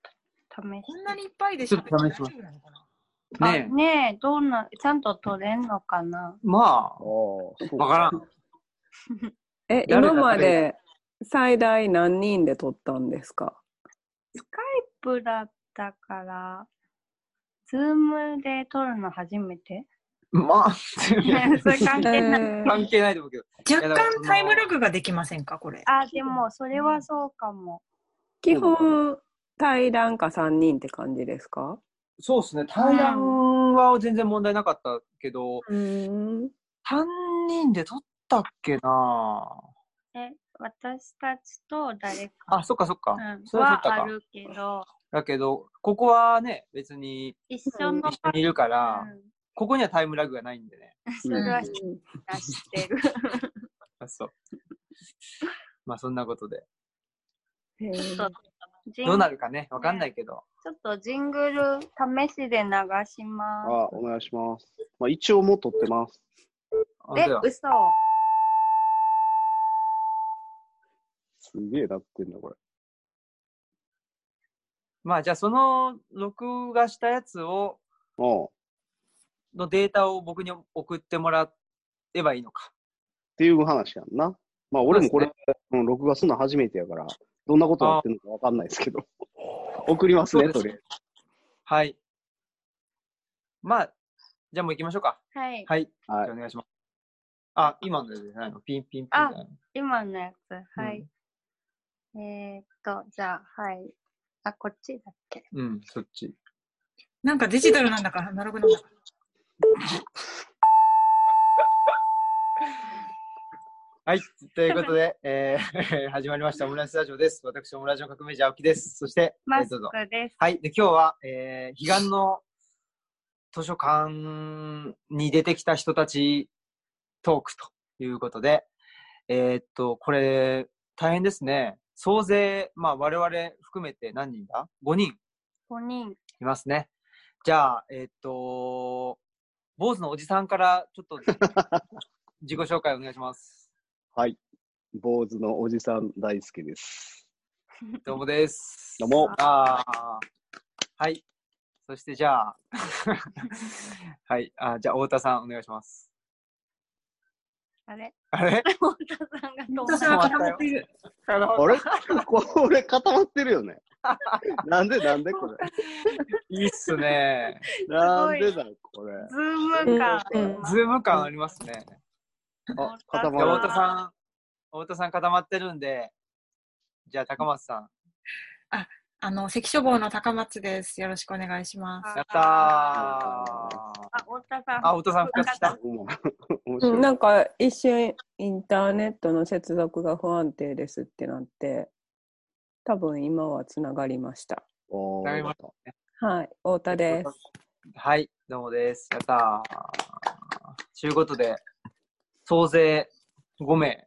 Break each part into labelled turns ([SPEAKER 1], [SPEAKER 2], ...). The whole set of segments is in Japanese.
[SPEAKER 1] 試
[SPEAKER 2] こん
[SPEAKER 1] し
[SPEAKER 2] なにいっぱいで喋って
[SPEAKER 3] ちょっと試
[SPEAKER 2] 大丈
[SPEAKER 3] しま
[SPEAKER 2] 夫なのかな
[SPEAKER 1] て。あ
[SPEAKER 3] ねえ
[SPEAKER 1] ねえ、どんな、ちゃんと取れんのかな
[SPEAKER 3] ま
[SPEAKER 4] おーそう
[SPEAKER 3] あ、わからん。
[SPEAKER 5] え、
[SPEAKER 3] 誰が
[SPEAKER 5] 今まで最大何人で撮ったんですか
[SPEAKER 1] スカイプだったから、ズームで撮るの初めて
[SPEAKER 3] まあ、
[SPEAKER 1] それ関
[SPEAKER 5] え
[SPEAKER 1] 係ない。
[SPEAKER 5] ー
[SPEAKER 3] 関係ないと思うけど。
[SPEAKER 2] 若干タイムラグができませんか、これ。
[SPEAKER 1] あ、でも、それはそうかも。
[SPEAKER 5] 基本、対談か3人って感じですか
[SPEAKER 3] そうですね、対談は全然問題なかったけど、
[SPEAKER 5] うん。
[SPEAKER 3] 3人で撮ったっけな
[SPEAKER 1] え、私たちと誰か
[SPEAKER 3] あ、そっかそっか。
[SPEAKER 1] う
[SPEAKER 3] そ
[SPEAKER 1] ん、
[SPEAKER 3] れは撮っ
[SPEAKER 1] は
[SPEAKER 3] た
[SPEAKER 1] あ
[SPEAKER 3] か。
[SPEAKER 1] るけど、
[SPEAKER 3] だけど、ここはね、別に
[SPEAKER 1] 一緒の
[SPEAKER 3] 一緒にいるから、
[SPEAKER 1] うん
[SPEAKER 3] ここにはタイムラグがないんでね。
[SPEAKER 1] それは知
[SPEAKER 5] うん
[SPEAKER 1] ってる。
[SPEAKER 3] あそう。まあそんなことで。
[SPEAKER 5] へ
[SPEAKER 1] ちょっ
[SPEAKER 5] ー
[SPEAKER 1] とジン
[SPEAKER 3] どうなるかね、わかんないけど。
[SPEAKER 1] ちょっとジングル試しで流しま
[SPEAKER 4] あ、お願いします。まあ、一応もう撮ってます。
[SPEAKER 3] あ
[SPEAKER 1] す。え
[SPEAKER 3] では、
[SPEAKER 1] 嘘。
[SPEAKER 4] すげえなってんだ、これ。
[SPEAKER 3] まあじゃあその録画したやつを、
[SPEAKER 4] うん。っ
[SPEAKER 3] のデータを僕に送ってもらえばいいのか。
[SPEAKER 4] ていう話やんな。まあ、俺もこれ、うん録画するの初めてやから、どんなことやってるのかわかんないですけど。送りますね、
[SPEAKER 3] そう
[SPEAKER 4] と
[SPEAKER 3] で
[SPEAKER 4] り
[SPEAKER 3] す
[SPEAKER 4] あえず。
[SPEAKER 3] はい。まあ、じゃあもう行きましょうか。
[SPEAKER 1] はい。
[SPEAKER 3] はい。
[SPEAKER 4] はい
[SPEAKER 3] じゃあお願いします。あ、今のじゃないのピンピンピンみたいなの。
[SPEAKER 1] 今のやつ。はい。えー、っと、じゃあ、はい。あ、こっちだっけ
[SPEAKER 3] うん。うん、そっち。
[SPEAKER 2] なんかデジタルなんだから、アナログなんだから。
[SPEAKER 3] はい。ということで、えー 始まりましたオムライスラジオです。私、オムラジオ革命児青木です。そして、え
[SPEAKER 1] マ
[SPEAKER 3] ー
[SPEAKER 1] ス
[SPEAKER 3] どうぞ。
[SPEAKER 1] クです。
[SPEAKER 3] はい。で、今日は、えー、彼岸の図書館に出てきた人たちトークということで、えーっと、これ、大変ですね。総勢、まあ、我々含めて何人だ ?5 人
[SPEAKER 1] 5人。
[SPEAKER 3] いますね。じゃあ、えーっと、坊主のおじさんから、ちょっと、自己紹介お願いします。
[SPEAKER 4] はい。坊主のおじさん大好きです。
[SPEAKER 3] どうもです。
[SPEAKER 4] どうも
[SPEAKER 3] ああ。はい。そしてじゃあ、 はい。あじゃあ、太田さん、お願いします。
[SPEAKER 1] あれ
[SPEAKER 3] あれ
[SPEAKER 1] 太田さんがどう
[SPEAKER 2] 私は固まっている。
[SPEAKER 3] あの
[SPEAKER 4] あれ これ固まって るよね。なんでなんでこれ。
[SPEAKER 3] いいっすね。
[SPEAKER 4] なんでだ、これ。
[SPEAKER 1] ズームか。
[SPEAKER 5] うん
[SPEAKER 3] ズーム感ありますね。
[SPEAKER 4] あ、固
[SPEAKER 3] じゃあ、
[SPEAKER 4] ま
[SPEAKER 3] 太
[SPEAKER 4] る
[SPEAKER 3] 田。さん、太田さん固まってるんで、じゃあ、高松さん。
[SPEAKER 2] あの、関所房の高松です。よろしくお願いします。
[SPEAKER 3] やったー。
[SPEAKER 4] あ
[SPEAKER 1] あ、太田さん。
[SPEAKER 3] あ、太田さん復活した。
[SPEAKER 4] うん面
[SPEAKER 5] う
[SPEAKER 4] 白
[SPEAKER 5] ん
[SPEAKER 4] い。
[SPEAKER 5] なんか一瞬インターネットの接続が不安定ですってなって多分今はつながりました
[SPEAKER 4] おー
[SPEAKER 3] わかりまし
[SPEAKER 5] はい太田です
[SPEAKER 3] はい、どうもです。やったー。ということで、総勢5名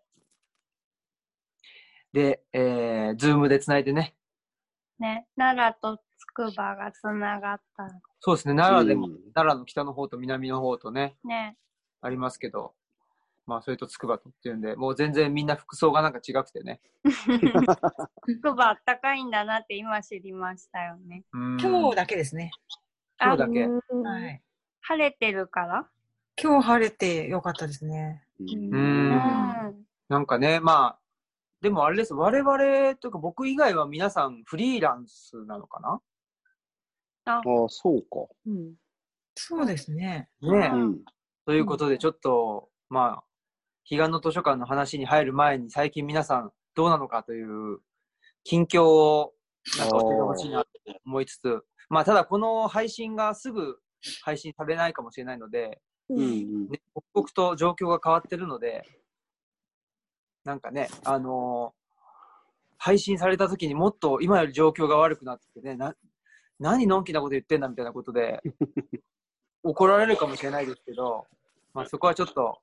[SPEAKER 3] で、えー、ズームでつないでね、
[SPEAKER 1] ね、奈良とつくばがつながった。
[SPEAKER 3] そうですね、奈良でも、
[SPEAKER 4] うん
[SPEAKER 3] 奈良の北の方と南の方とね、
[SPEAKER 1] ね。
[SPEAKER 3] ありますけど、まあ、それと筑波とっていうんで、もう全然みんな服装がなんか違くてね。
[SPEAKER 1] つくばあったかいんだなって今知りましたよね。
[SPEAKER 2] 今日
[SPEAKER 3] だ
[SPEAKER 2] だけですね。
[SPEAKER 3] 今日だけ。
[SPEAKER 5] うん
[SPEAKER 2] はい。
[SPEAKER 1] 晴れてるから
[SPEAKER 2] 今日晴れてよかったですね。
[SPEAKER 4] うん
[SPEAKER 3] う。
[SPEAKER 1] うんん。
[SPEAKER 3] なんかね、まあ、でもあれです、我々というか僕以外は皆さんフリーランスなのかな
[SPEAKER 4] ああ、そうか。
[SPEAKER 5] うん
[SPEAKER 2] そうですね。
[SPEAKER 3] ねえ
[SPEAKER 1] う。ん
[SPEAKER 3] ということで、ちょっと、まあ、彼岸の図書館の話に入る前に、最近皆さんどうなのかという近況をなんか教えてほしいなと思いつつ、まあ、ただこの配信がすぐ配信されないかもしれないので、
[SPEAKER 4] うん。うんうん
[SPEAKER 3] ね、刻々と状況が変わってるので、なんかね、あのー配信された時にもっと今より状況が悪くなっててね、な何のんきなこと言ってんだみたいなこと で、怒られるかもしれないですけど、まあ、そこはちょっと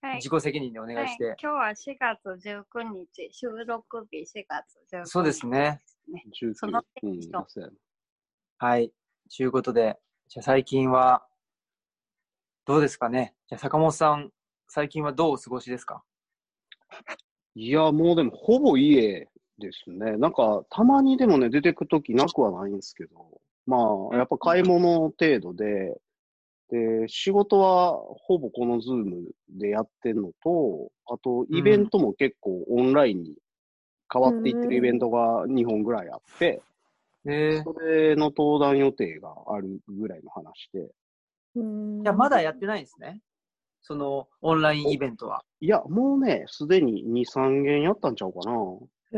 [SPEAKER 1] はい
[SPEAKER 3] 自。己責任でお願いして、
[SPEAKER 1] はい、今日は4月19日、収録日4月19日。
[SPEAKER 3] そうですね。
[SPEAKER 4] 19
[SPEAKER 1] その
[SPEAKER 4] うん、
[SPEAKER 1] 人
[SPEAKER 4] そうやな
[SPEAKER 3] はい。ということで、じゃあ最近は、どうですかね。じゃあ坂本さん、最近はどうお過ごしですか
[SPEAKER 4] いや、もうでも、ほぼ家ですね。なんか、たまにでもね、出てくときなくはないんですけど、まあ、やっぱ買い物程度で、で、仕事はほぼこのズームでやってんのと、あと、イベントも結構オンラインに変わっていって
[SPEAKER 5] うん
[SPEAKER 4] るイベントが2本ぐらいあって、
[SPEAKER 3] え
[SPEAKER 4] それの登壇予定があるぐらいの話で、
[SPEAKER 5] うん
[SPEAKER 3] じゃあまだやってないんですね。そのオンラインイベントは。
[SPEAKER 4] いや、もうね、すでに2、3件やったんちゃうかな。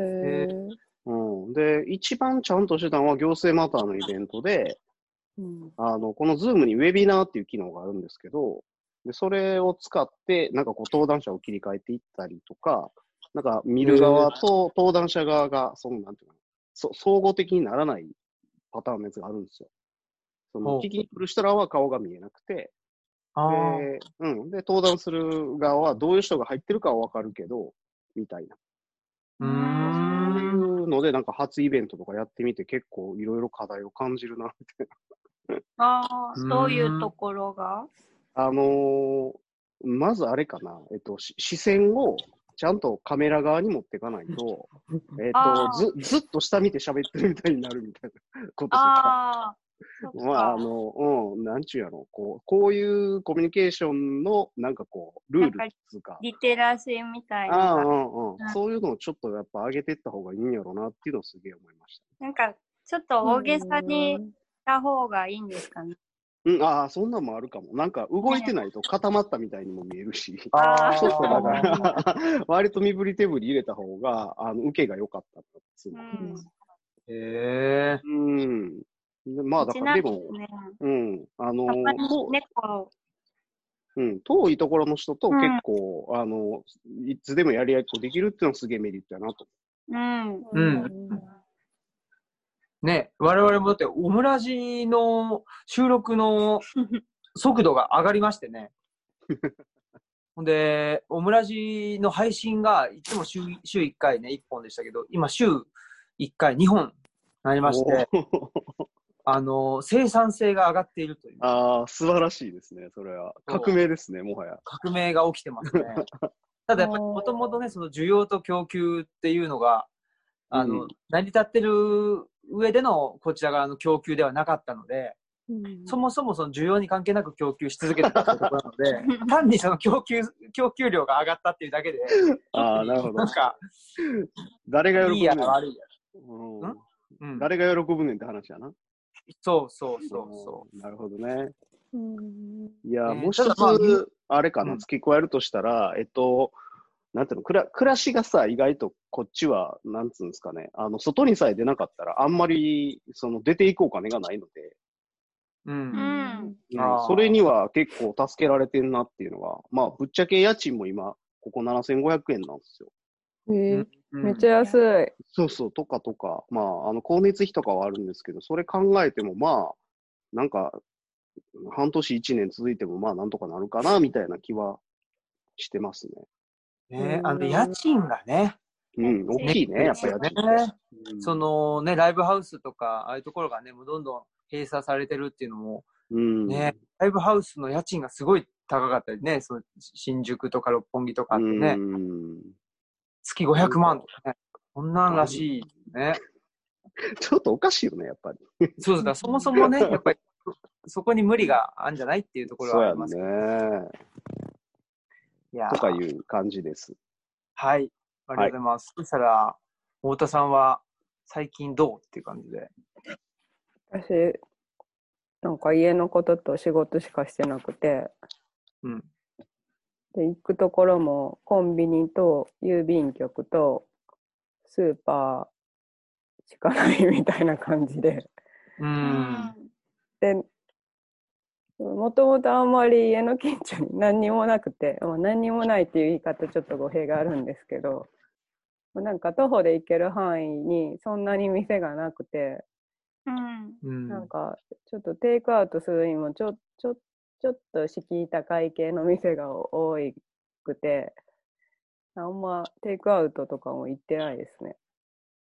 [SPEAKER 5] へえ
[SPEAKER 3] え
[SPEAKER 4] うん。で、一番ちゃんとしてたのは行政マターのイベントで、
[SPEAKER 5] うん
[SPEAKER 4] あの、この Zoom にウェビナーっていう機能があるんですけど、でそれを使って、なんかこう登壇者を切り替えていったりとか、なんか見る側と登壇者側が、そのなんていうの、そ総合的にならないパターンのやつがあるんですよ。そ
[SPEAKER 3] ほ
[SPEAKER 4] の
[SPEAKER 3] う
[SPEAKER 4] 聞きに来る人らは顔が見えなくて、
[SPEAKER 3] あー
[SPEAKER 4] で、うん。で、登壇する側はどういう人が入ってるかはわかるけど、みたいな。
[SPEAKER 3] うー
[SPEAKER 4] そうい
[SPEAKER 3] ん。
[SPEAKER 4] うので、なんか初イベントとかやってみて結構いろいろ課題を感じるな。
[SPEAKER 1] あ
[SPEAKER 3] うーん
[SPEAKER 1] あ、どういうところが
[SPEAKER 4] あのーまずあれかな、えっと、し視線をちゃんとカメラ側に持っていかないと、えっ
[SPEAKER 1] あ
[SPEAKER 4] と、ず、ずっと下見て喋ってるみたいになるみたいなことと か。
[SPEAKER 1] ああ、そっか
[SPEAKER 4] まあ、あの、うん、なんちゅうやろ、こう、こういうコミュニケーションの、なんかこう、ルールっつうか。
[SPEAKER 1] リテラシーみたい
[SPEAKER 4] ああ、
[SPEAKER 1] な
[SPEAKER 4] う
[SPEAKER 1] のが、
[SPEAKER 4] んうん。そういうのをちょっとやっぱ上げていった方がいいんやろうなっていうのをすげえ思いました。
[SPEAKER 1] なんかちょっと大げさにした方がいいんですかね。
[SPEAKER 4] うん、ああ、そんなんもあるかも。なんか動いてないと固まったみたいにも見えるし。
[SPEAKER 1] あー
[SPEAKER 4] ちょっとだから、割と身振り手振り入れた方が、あの、受けが良かったっていう
[SPEAKER 1] う
[SPEAKER 4] の
[SPEAKER 1] ん。
[SPEAKER 3] ええ
[SPEAKER 4] うん。でまあ、だ
[SPEAKER 1] ち
[SPEAKER 4] か
[SPEAKER 1] な
[SPEAKER 4] ら、
[SPEAKER 1] み
[SPEAKER 4] で
[SPEAKER 1] に
[SPEAKER 4] も、
[SPEAKER 1] ね、
[SPEAKER 4] うん、あの
[SPEAKER 1] たまに
[SPEAKER 4] と
[SPEAKER 1] 猫、
[SPEAKER 4] うん、遠いところの人と
[SPEAKER 1] うん
[SPEAKER 4] 結構、あの、いつでもやり合いっこできるっていうのはすげえメリットやなと。
[SPEAKER 1] うん。
[SPEAKER 3] うね、我々もだって、オムラジの収録の速度が上がりまして ね。ほんで、オムラジの配信がいつも週週1回ね、1本でしたけど、今週1回2本になりまして、
[SPEAKER 4] おー
[SPEAKER 3] あの、生産性が上がっているという
[SPEAKER 4] ああ、素晴らしいですね、それは。
[SPEAKER 3] そう
[SPEAKER 4] 革命ですね、もはや。
[SPEAKER 3] 革命が起きてます ね。ただやっぱりもともとね、その需要と供給っていうのが、あの、
[SPEAKER 4] うん
[SPEAKER 3] 成り立ってる上でのこちら側の供給ではなかったので、そもそもその需要に関係なく供給し続けてたってことなの で、単にその供給、供給量が上がったっていうだけで、
[SPEAKER 4] ああ、なるほど
[SPEAKER 3] な。んか、
[SPEAKER 4] 誰が喜ぶ
[SPEAKER 3] いい
[SPEAKER 4] ね
[SPEAKER 3] や
[SPEAKER 4] ん
[SPEAKER 3] ら悪いや
[SPEAKER 4] うん
[SPEAKER 3] んら。うん。
[SPEAKER 4] 誰が喜ぶねんって話やな。。
[SPEAKER 3] そうそうそうそう
[SPEAKER 4] なるほどね。
[SPEAKER 5] うん
[SPEAKER 4] いや、
[SPEAKER 3] ね
[SPEAKER 4] もう一
[SPEAKER 3] ただまあみ
[SPEAKER 4] つ、あれか
[SPEAKER 3] う
[SPEAKER 4] な、
[SPEAKER 3] ん
[SPEAKER 4] 付け加えるとしたら、えっと、なんていうの、くら暮らしがさ、意外とこっちは、なんつうんですかね、あの、外にさえ出なかったら、あんまり、その、出ていこう金がないので、
[SPEAKER 3] う。うん。
[SPEAKER 1] うん。
[SPEAKER 4] うん
[SPEAKER 3] あー
[SPEAKER 4] それには結構助けられてんなっていうのが、まあ、ぶっちゃけ家賃も今、ここ7500円なんですよ。
[SPEAKER 5] えー
[SPEAKER 3] うん
[SPEAKER 5] めっちゃ安い。
[SPEAKER 4] そうそう、とかとか、まあ、あの、光熱費とかはあるんですけど、それ考えても、まあ、なんか、半年一年続いても、まあ、なんとかなるかな、みたいな気はしてますね。
[SPEAKER 3] ね、あの、家賃がね、
[SPEAKER 4] うん、
[SPEAKER 1] ね
[SPEAKER 4] 大きいね、やっぱり
[SPEAKER 1] そう
[SPEAKER 4] 家
[SPEAKER 1] ね
[SPEAKER 4] 賃って。うん
[SPEAKER 3] そのね、ライブハウスとか、ああいうところがね、もうどんどん閉鎖されてるっていうのも、
[SPEAKER 4] うん、
[SPEAKER 3] ね、ライブハウスの家賃がすごい高かったりね、その新宿とか六本木とかあってね、
[SPEAKER 4] うん
[SPEAKER 3] 月500万とかね、こんなんらしいね。
[SPEAKER 4] ちょっとおかしいよね、やっぱり。
[SPEAKER 3] そうだ、そもそも ね、やっぱり、そこに無理があるんじゃないっていうところ
[SPEAKER 4] そう
[SPEAKER 3] はあ
[SPEAKER 4] や
[SPEAKER 3] りますけど。
[SPEAKER 4] ね。
[SPEAKER 3] いやー
[SPEAKER 4] とかいう感じです。
[SPEAKER 3] はい。ありがとうございます。そしたら、太田さんは、最近どうっていう感じで。
[SPEAKER 5] 私、なんか家のことと仕事しかしてなくて、
[SPEAKER 3] うん。
[SPEAKER 5] で行くところもコンビニと郵便局とスーパーしかないみたいな感じで。
[SPEAKER 3] う。。
[SPEAKER 1] うん
[SPEAKER 5] で、もともとあんまり家の近所に何にもなくて、まあ、何にもないっていう言い方ちょっと語弊があるんですけど、まあなんか徒歩で行ける範囲にそんなに店がなくて、
[SPEAKER 1] うん。
[SPEAKER 3] うん。
[SPEAKER 5] なんかちょっとテイクアウトするにもちょちょちょっと敷居高い系の店が 多くて、あんまテイクアウトとかも行ってないですね。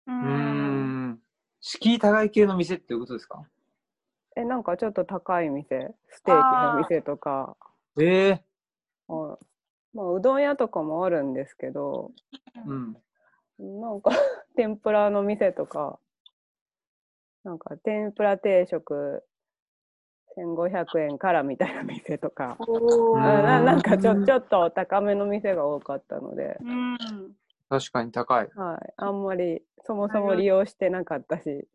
[SPEAKER 1] う。
[SPEAKER 3] うんん。敷居高い系の店っていうことですか
[SPEAKER 5] え、なんかちょっと高い店、ステーキの店とか、
[SPEAKER 3] ええ
[SPEAKER 5] はいまあ、うどん屋とかもあるんですけど、
[SPEAKER 3] うん。
[SPEAKER 5] なんか 天ぷらの店とか、なんか天ぷら定食1500円からみたいな店とか、
[SPEAKER 1] お
[SPEAKER 5] あ
[SPEAKER 3] ー
[SPEAKER 5] ななんかち
[SPEAKER 3] う
[SPEAKER 5] ょ
[SPEAKER 3] ん
[SPEAKER 5] ちょっと高めの店が多かったので、
[SPEAKER 1] うん。
[SPEAKER 3] 確かに高い。
[SPEAKER 5] はい、あんまりそもそも利用してなかったし、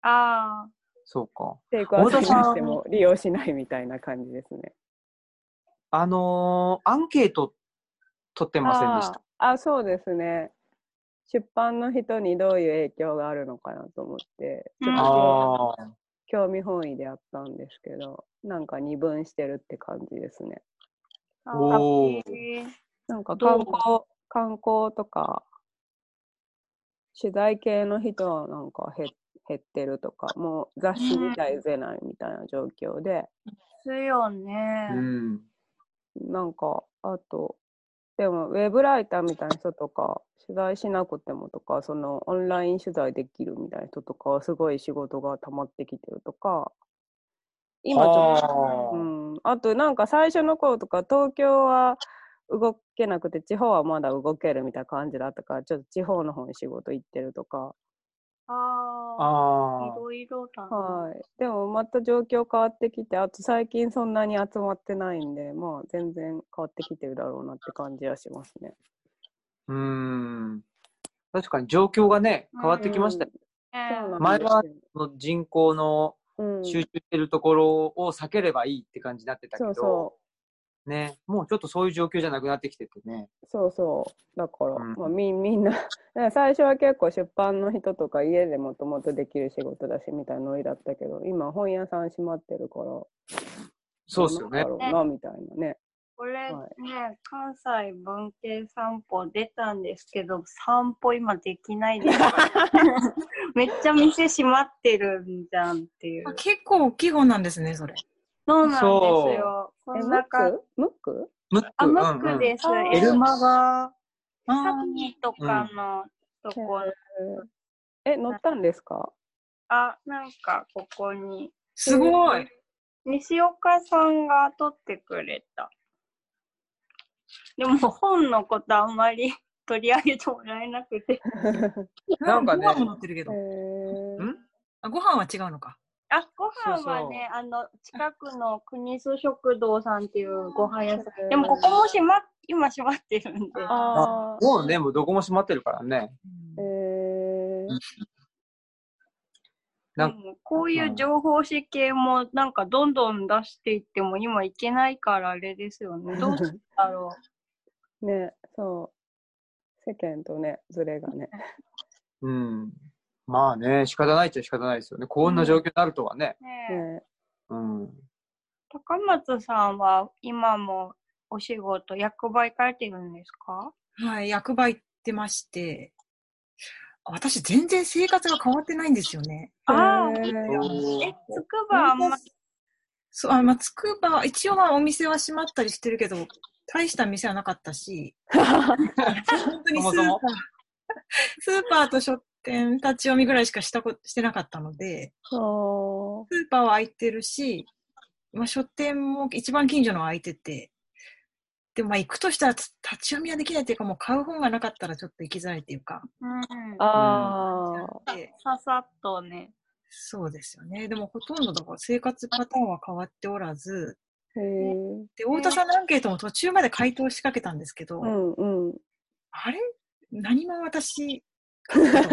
[SPEAKER 1] ああ、
[SPEAKER 3] そうか。
[SPEAKER 5] テイクアウト
[SPEAKER 3] 太田
[SPEAKER 5] に
[SPEAKER 3] さん
[SPEAKER 5] しても利用しないみたいな感じですね。
[SPEAKER 3] あのーアンケート取ってませんでした。
[SPEAKER 5] あーあ、そうですね。出版の人にどういう影響があるのかなと思って、
[SPEAKER 1] うん
[SPEAKER 5] ち
[SPEAKER 1] あー
[SPEAKER 5] ょっと
[SPEAKER 3] ああ。
[SPEAKER 5] 興味本位でやったんですけど、なんか二分してるって感じですね。
[SPEAKER 1] あー
[SPEAKER 3] おー
[SPEAKER 1] へー
[SPEAKER 5] なんか
[SPEAKER 1] ど
[SPEAKER 5] 観
[SPEAKER 1] う
[SPEAKER 5] 光、観光とか、取材系の人はなんか減減ってるとか、もう雑誌自体出ないみたいな状況で、
[SPEAKER 1] ですよね。
[SPEAKER 3] うん。
[SPEAKER 5] なんか、あと、でも、ウェブライターみたいな人とか、取材しなくてもとか、その、オンライン取材できるみたいな人とかは、すごい仕事が溜まってきてるとか、今ちょっと、
[SPEAKER 3] あ
[SPEAKER 5] う
[SPEAKER 3] ー
[SPEAKER 5] ん、あと、なんか最初の頃とか、東京は動けなくて、地方はまだ動けるみたいな感じだったから、ちょっと地方の方に仕事行ってるとか、
[SPEAKER 1] ああ、い
[SPEAKER 3] あ
[SPEAKER 1] ろいろだな。
[SPEAKER 5] はい。でも、また状況変わってきて、あと最近そんなに集まってないんで、まあ、全然変わってきてるだろうなって感じはしますね。
[SPEAKER 3] ー。うん。確かに状況がね、変わってきましたよ。
[SPEAKER 1] ね
[SPEAKER 5] うん
[SPEAKER 3] 前はその人口の
[SPEAKER 5] うん
[SPEAKER 3] 集中してるところを避ければいいって感じになってたけ
[SPEAKER 5] そ
[SPEAKER 3] ど、
[SPEAKER 5] うそ
[SPEAKER 3] ね、もうちょっとそういう状況じゃなくなってきててね。
[SPEAKER 5] うそうそうだから、
[SPEAKER 3] うん
[SPEAKER 5] まあ、みみんな だから最初は結構出版の人とか家でもともとできる仕事だしみたいなノリだったけど今本屋さん閉まってるから
[SPEAKER 3] そうっすよね
[SPEAKER 5] ど。うなんだろうなみたいなね
[SPEAKER 1] これね、
[SPEAKER 5] は
[SPEAKER 1] 関西文系散歩出たんですけど、散歩今できない です。めっちゃ店閉まってるんじゃんっていう
[SPEAKER 2] あ。結構大きい本なんですね、それ。
[SPEAKER 1] そうなんですよ。こ
[SPEAKER 5] え
[SPEAKER 1] ん
[SPEAKER 5] ムッ
[SPEAKER 1] な感じ。
[SPEAKER 5] クムック
[SPEAKER 3] ムック
[SPEAKER 1] あ、ムックです。
[SPEAKER 5] あー
[SPEAKER 1] エルマ
[SPEAKER 3] が、
[SPEAKER 1] サ
[SPEAKER 2] あ
[SPEAKER 1] ニーとかのとこ、
[SPEAKER 5] え乗ったんですか
[SPEAKER 1] あ、なんかここに。
[SPEAKER 2] すごい。
[SPEAKER 1] 西岡さんが撮ってくれた。でも本のことあんまり取り上げてもらえなくて。
[SPEAKER 3] なんかね
[SPEAKER 2] ご飯も載ってるけ
[SPEAKER 5] へ
[SPEAKER 2] ど。
[SPEAKER 5] ー
[SPEAKER 3] ん
[SPEAKER 2] あ、ご飯は違うのか。
[SPEAKER 1] あ、ご飯はね、あの、近くの国津食堂さんっていうご飯屋さん。でもここも閉まっ、今閉まってるんで。
[SPEAKER 5] あー
[SPEAKER 3] もうね、もうどこも閉まってるからね。
[SPEAKER 5] えー
[SPEAKER 1] で
[SPEAKER 3] なん
[SPEAKER 1] もこういう情報誌系もなんかどんどん出していっても今いけないからあれですよね。どうしたんだろう。
[SPEAKER 5] ねそう世間とねズレがね
[SPEAKER 3] うん。まあね、仕方ないっちゃ仕方ないですよね。こんな状況になるとはね。
[SPEAKER 1] ねえ
[SPEAKER 5] ね
[SPEAKER 3] うん。
[SPEAKER 1] 高松さんは今もお仕事、役場行かれてるんですか
[SPEAKER 2] はい、役場行ってまして。私、全然生活が変わってないんですよね。
[SPEAKER 1] あ
[SPEAKER 5] へー
[SPEAKER 1] え、つくばあんまり、
[SPEAKER 2] そう、あ、まあ、つくば、一応まあお店は閉まったりしてるけど、大した店はなかったし、本当にスーパー、
[SPEAKER 3] そも
[SPEAKER 2] スーパーと書店立ち読みぐらいしかしたこしてなかったので、
[SPEAKER 5] そう
[SPEAKER 2] スーパーは開いてるし、まあ、書店も一番近所のは開いてて、でもまあ行くとしたらつ立ち読みはできないっていうか、もう買う本がなかったらちょっと行きづらいっていうか、
[SPEAKER 1] うん、
[SPEAKER 5] ああ、
[SPEAKER 2] で
[SPEAKER 1] ささっとね。
[SPEAKER 2] そうですよね。でもほとんどだから生活パターンは変わっておらず、
[SPEAKER 5] へえ。
[SPEAKER 2] で、太田さんのアンケートも途中まで回答しかけたんですけど、
[SPEAKER 5] うんうん。
[SPEAKER 2] あれ何も私、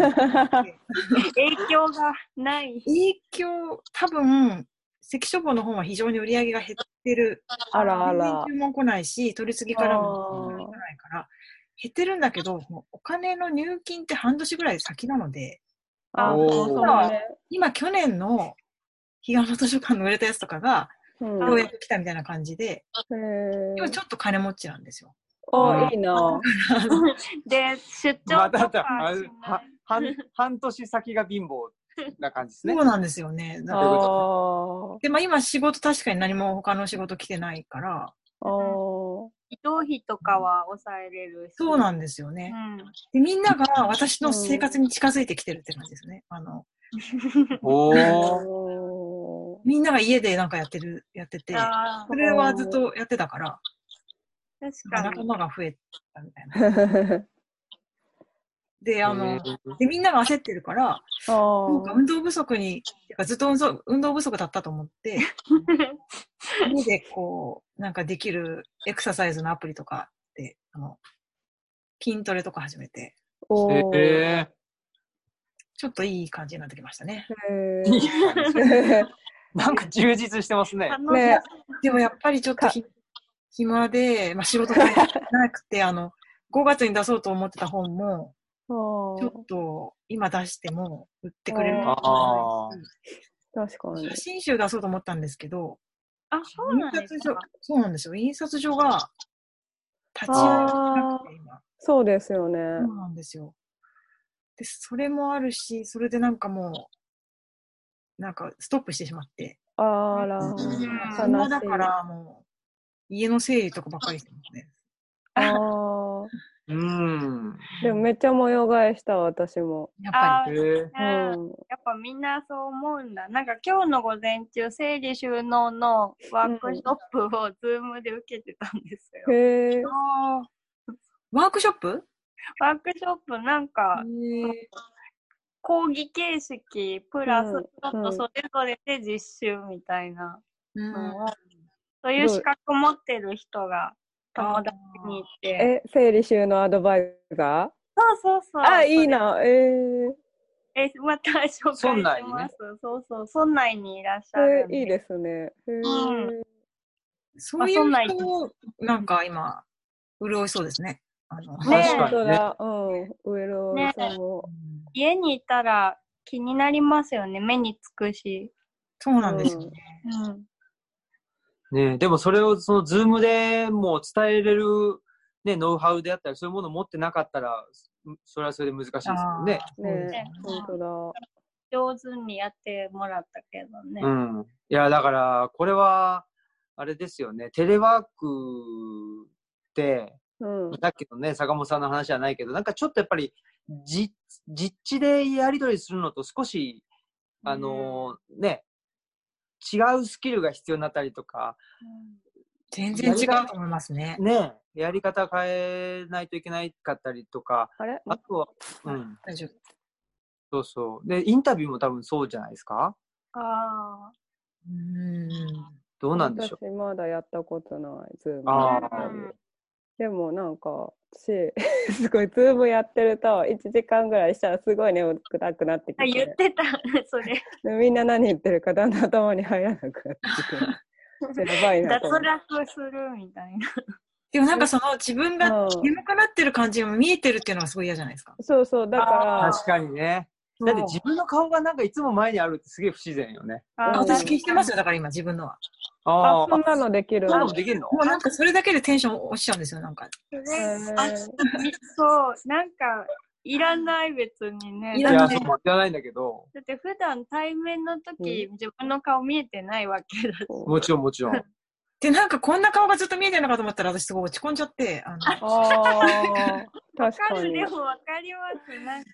[SPEAKER 1] 影響がない。
[SPEAKER 2] 影響、多分、関書房の本は非常に売り上げが減ってる。
[SPEAKER 5] あらあら
[SPEAKER 2] 全然注。文来ないし、取り次ぎからも来ないから、減ってるんだけど、もうお金の入金って半年ぐらい先なので、
[SPEAKER 5] あ
[SPEAKER 3] おー
[SPEAKER 5] そうそうね。
[SPEAKER 2] 今去年の彼岸の図書館の売れたやつとかが、
[SPEAKER 5] うん
[SPEAKER 2] ようやく来たみたいな感じで、
[SPEAKER 5] へ
[SPEAKER 2] 今
[SPEAKER 5] え
[SPEAKER 2] ち。ょっと金持ちなんですよ。
[SPEAKER 5] おいいな。
[SPEAKER 1] で、出
[SPEAKER 3] ま
[SPEAKER 1] 張
[SPEAKER 3] た
[SPEAKER 1] と
[SPEAKER 3] だ
[SPEAKER 1] か
[SPEAKER 3] あ
[SPEAKER 1] し
[SPEAKER 3] れ
[SPEAKER 1] な。
[SPEAKER 3] はい半半年先が貧乏な感じです
[SPEAKER 2] そ
[SPEAKER 3] ね。
[SPEAKER 2] うなんですよね。
[SPEAKER 5] あ
[SPEAKER 2] だ
[SPEAKER 5] あ
[SPEAKER 2] から
[SPEAKER 5] ー。
[SPEAKER 2] で、まあ今仕事確かに何も他の仕事来てないから、
[SPEAKER 5] あー
[SPEAKER 1] 移動費とかは抑えれるし。
[SPEAKER 2] そうなんですよね。で、みんなが私の生活に近づいてきてるって感じですね。あの、
[SPEAKER 3] おー。
[SPEAKER 5] お
[SPEAKER 2] みんなが家でなんかやってる、やって
[SPEAKER 1] う
[SPEAKER 2] て
[SPEAKER 1] ん。、ああ
[SPEAKER 2] そ、れはずっとやってたから、
[SPEAKER 1] 確か
[SPEAKER 2] 仲
[SPEAKER 1] に。
[SPEAKER 2] 間が増えたみたいな。
[SPEAKER 5] ー。
[SPEAKER 2] で、あの、で、みんなが焦ってるから、
[SPEAKER 5] あ
[SPEAKER 2] なんか
[SPEAKER 5] ー
[SPEAKER 2] 運動不足に、てかずっと運動運動不足だったと思 って、家でこう、なんかできるエクササイズのアプリとかで、あの、筋トレとか始めて、
[SPEAKER 5] お
[SPEAKER 3] え
[SPEAKER 5] ー
[SPEAKER 3] え
[SPEAKER 5] へ
[SPEAKER 2] ちょっといい感じになってきましたね。
[SPEAKER 5] ー
[SPEAKER 3] なんか充実してますね。
[SPEAKER 1] 楽し
[SPEAKER 5] ね
[SPEAKER 2] でもやっぱりちょっとひ暇で、まあ、仕事がなく て、あの、5月に出そうと思ってた本も、
[SPEAKER 5] あー
[SPEAKER 2] ちょっと今出しても売ってくれる
[SPEAKER 5] あー
[SPEAKER 2] かもしれないし
[SPEAKER 5] 確かに
[SPEAKER 2] 写。真集出そうと思ったんですけど、
[SPEAKER 1] あ、そうなんです
[SPEAKER 2] 印刷所
[SPEAKER 1] か。、
[SPEAKER 2] そうなんですよ。印刷所が立ち上が
[SPEAKER 5] あ
[SPEAKER 2] ってなくて、今。
[SPEAKER 5] そうですよね。
[SPEAKER 2] そうなんですよ。で、それもあるし、それでなんかもう、なんかストップしてしまって、
[SPEAKER 5] あら
[SPEAKER 3] う。ん
[SPEAKER 2] 暇だからもう、家の整理とかばっかりしてますね。
[SPEAKER 5] あー
[SPEAKER 3] うん。
[SPEAKER 5] でもめっちゃ模様替えした私も。
[SPEAKER 2] やっぱ
[SPEAKER 1] あ
[SPEAKER 3] え
[SPEAKER 1] ー
[SPEAKER 3] え
[SPEAKER 1] う
[SPEAKER 5] う
[SPEAKER 1] ん
[SPEAKER 5] ん。
[SPEAKER 1] やっぱみんなそう思うんだ。なんか今日の午前中、整理収納のワークショップをズームで受けてたんですよ。
[SPEAKER 5] へえ
[SPEAKER 2] り。。あーワークショップ
[SPEAKER 1] ワークショップなんか講義形式プラス
[SPEAKER 5] うん
[SPEAKER 1] ちょっとそれぞれで実習みたいな
[SPEAKER 2] うん
[SPEAKER 1] のを、そういう資格持ってる人が友達にいて。
[SPEAKER 5] え、整理収納アドバイザ
[SPEAKER 1] そうそうそう。
[SPEAKER 5] ーあ、いいな。えー、
[SPEAKER 1] え、また紹介し
[SPEAKER 3] 村内に
[SPEAKER 1] ま
[SPEAKER 3] ね
[SPEAKER 1] す。そうそう、村内にいらっしゃ
[SPEAKER 5] え
[SPEAKER 1] るん
[SPEAKER 5] ーいいですね。へー
[SPEAKER 2] そうい
[SPEAKER 1] まあそん
[SPEAKER 2] う
[SPEAKER 1] なんいい
[SPEAKER 2] 人も、なんか今、潤いそうですね。あの、
[SPEAKER 1] ねえ
[SPEAKER 3] 確
[SPEAKER 5] 本
[SPEAKER 3] か
[SPEAKER 5] 当
[SPEAKER 3] にね。
[SPEAKER 5] だ。うん。上野さんも
[SPEAKER 2] う。ん
[SPEAKER 1] 家にいたら気になりますよね。目につくし。
[SPEAKER 2] そうなんですよね。
[SPEAKER 1] うん。
[SPEAKER 3] ねえでもそれをそのズームでもう伝えれる、ね、ノウハウであったり、そういうものを持ってなかったら、それはそれで難しいですもんね。
[SPEAKER 2] あーそうです
[SPEAKER 5] ね
[SPEAKER 2] ね
[SPEAKER 5] 本当
[SPEAKER 1] 上手にやってもらったけどね。
[SPEAKER 3] うん。いや、だから、これは、あれですよね。テレワークって、
[SPEAKER 5] だ。うん。
[SPEAKER 3] さっきのね、坂本さんの話じゃないけど、なんかちょっとやっぱり、じ実地でやり取りするのと少し、あのーね、違うスキルが必要になったりとか、
[SPEAKER 2] 全然違うと思いますね。
[SPEAKER 3] ね、やり方変えないといけないかったりとか、
[SPEAKER 5] あれ
[SPEAKER 3] あとは、うん、
[SPEAKER 2] 大丈夫。
[SPEAKER 3] そうそう。で、インタビューも多分そうじゃないですか
[SPEAKER 1] ああ。
[SPEAKER 2] うん。
[SPEAKER 3] どうなんでしょ
[SPEAKER 5] 私まだやったことない、ズー
[SPEAKER 3] う。
[SPEAKER 5] ム。
[SPEAKER 3] あ
[SPEAKER 1] う
[SPEAKER 3] あ、
[SPEAKER 1] ん
[SPEAKER 5] でもなんか、私、 すごい、ズームやってると、1時間ぐらいしたらすごい眠たくなってき
[SPEAKER 1] あ
[SPEAKER 5] て、
[SPEAKER 1] 言ってた、 それ。
[SPEAKER 5] でみんな何言ってるかだんだん頭に入らなく なってきて、やばいな
[SPEAKER 1] 脱
[SPEAKER 5] と思って。
[SPEAKER 1] 落するみたいな。。
[SPEAKER 2] でもなんかその自分が
[SPEAKER 5] うん
[SPEAKER 2] 眠くなってる感じが見えてるっていうのはすごい嫌じゃないですか。
[SPEAKER 5] そうそう、だか
[SPEAKER 3] 確かにね。
[SPEAKER 2] そう
[SPEAKER 3] だって自分の顔がなんかいつも前にあるってすげえ不自然よね。
[SPEAKER 5] あ
[SPEAKER 2] 私消してますすよ、だから今自分のは。
[SPEAKER 5] ら、
[SPEAKER 3] あ
[SPEAKER 5] あ、
[SPEAKER 3] あ、
[SPEAKER 5] そんなのできる
[SPEAKER 3] そんな
[SPEAKER 5] の
[SPEAKER 3] のできるの
[SPEAKER 2] もうなんかそれだけでテンション落ちちゃうんですよ、なんか。
[SPEAKER 1] それ
[SPEAKER 5] へ
[SPEAKER 1] あ
[SPEAKER 5] ー
[SPEAKER 1] そう、なんか、いらない別にね。
[SPEAKER 2] い
[SPEAKER 3] い
[SPEAKER 2] ら
[SPEAKER 1] だ
[SPEAKER 2] ない
[SPEAKER 3] や、そうじゃないんだけど、
[SPEAKER 1] って普段対面の時、自分の顔見えてないわけだし。
[SPEAKER 3] もちろんも ちろん。
[SPEAKER 2] で、なんかこんな顔がずっと見えてるのかと思ったら私すごい落ち込んじゃって、あの、
[SPEAKER 5] ああ、
[SPEAKER 1] わ
[SPEAKER 5] 確
[SPEAKER 1] か
[SPEAKER 5] か
[SPEAKER 1] る、
[SPEAKER 5] に
[SPEAKER 1] で。もわかります。なんか、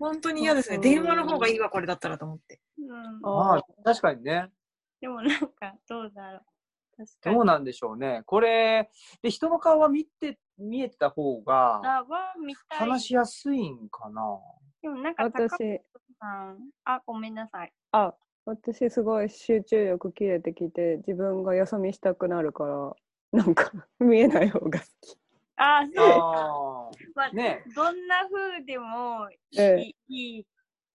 [SPEAKER 2] 本当に嫌ですね。電話の方がいいわ、これだったらと思って。
[SPEAKER 1] うん。
[SPEAKER 5] あ
[SPEAKER 3] ま
[SPEAKER 5] ー
[SPEAKER 3] あ、確かにね。
[SPEAKER 1] でもなんか、どうだろう。確か
[SPEAKER 3] ど
[SPEAKER 1] に
[SPEAKER 3] う。なんでしょうね。これ、で人の顔は見て、見えてた方が、
[SPEAKER 1] あ、は、見たい
[SPEAKER 3] 話。しやすいんか な。
[SPEAKER 1] でもなんか、高橋
[SPEAKER 5] 私、
[SPEAKER 1] さん。あ、ごめんなさい。
[SPEAKER 5] あ、私すごい集中力切れてきて、自分がよそ見したくなるから、なんか 見えない方が好き。
[SPEAKER 1] あ、そう。
[SPEAKER 3] あ
[SPEAKER 1] まあ
[SPEAKER 3] あ、ね。
[SPEAKER 1] どんな風でもいい,、
[SPEAKER 5] え
[SPEAKER 1] いい
[SPEAKER 5] え、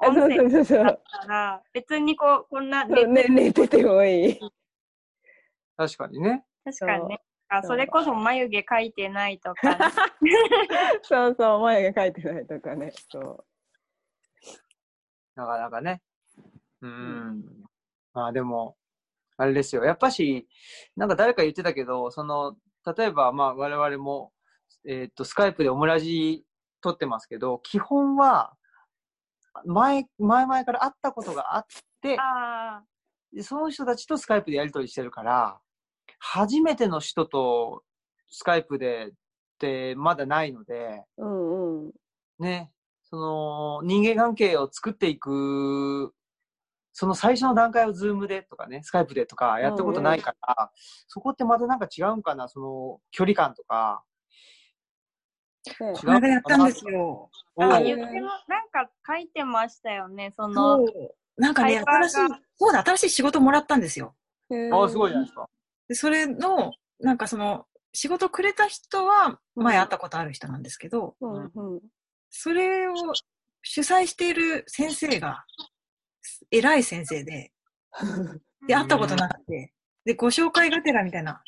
[SPEAKER 5] そ
[SPEAKER 1] 音
[SPEAKER 5] う
[SPEAKER 1] 声
[SPEAKER 5] そうそうそう。
[SPEAKER 1] だから、別にこう、こんな
[SPEAKER 5] そうね、寝ててもいい。
[SPEAKER 3] 確かにね。
[SPEAKER 1] 確かにね。
[SPEAKER 5] う
[SPEAKER 1] あそれこそ眉毛描いてないとか、
[SPEAKER 5] そうそう、眉毛描いてないとかね。そ
[SPEAKER 3] なかなかね。うん。まあでも、あれですよ。やっぱし、なんか誰か言ってたけど、その、例えば、まあ我々も、えーっと、スカイプでオムラジ撮ってますけど、基本は、前、前々から会ったことがあって、
[SPEAKER 1] ああ、
[SPEAKER 3] でその人たちとスカイプでやり取りしてるから、初めての人とスカイプでってまだないので、
[SPEAKER 5] う。うんうん。
[SPEAKER 3] ね、その人間関係を作っていく、その最初の段階をズームでとかね、スカイプでとかやったことないから、そこってまたなんか違うんかな、その距離感とか。
[SPEAKER 5] ね
[SPEAKER 3] 違う
[SPEAKER 2] この間やったんですよ。
[SPEAKER 3] お
[SPEAKER 1] あ、
[SPEAKER 3] ー
[SPEAKER 1] 言っても、なんか書いてましたよね、そ
[SPEAKER 2] そ
[SPEAKER 1] の、
[SPEAKER 2] う。なんか
[SPEAKER 1] 会話
[SPEAKER 2] ね、
[SPEAKER 1] が
[SPEAKER 2] 新しい、そうだ、新しい仕事もらったんですよ。
[SPEAKER 3] ああ、すごいじゃないですか。
[SPEAKER 2] で、それの、なんかその、仕事くれた人は、
[SPEAKER 5] うん
[SPEAKER 2] 前会ったことある人なんですけど、
[SPEAKER 5] うんうん
[SPEAKER 2] それを主催している先生が、偉い先生で、で、会ったことなくて、で、ご紹介がてらみたいな、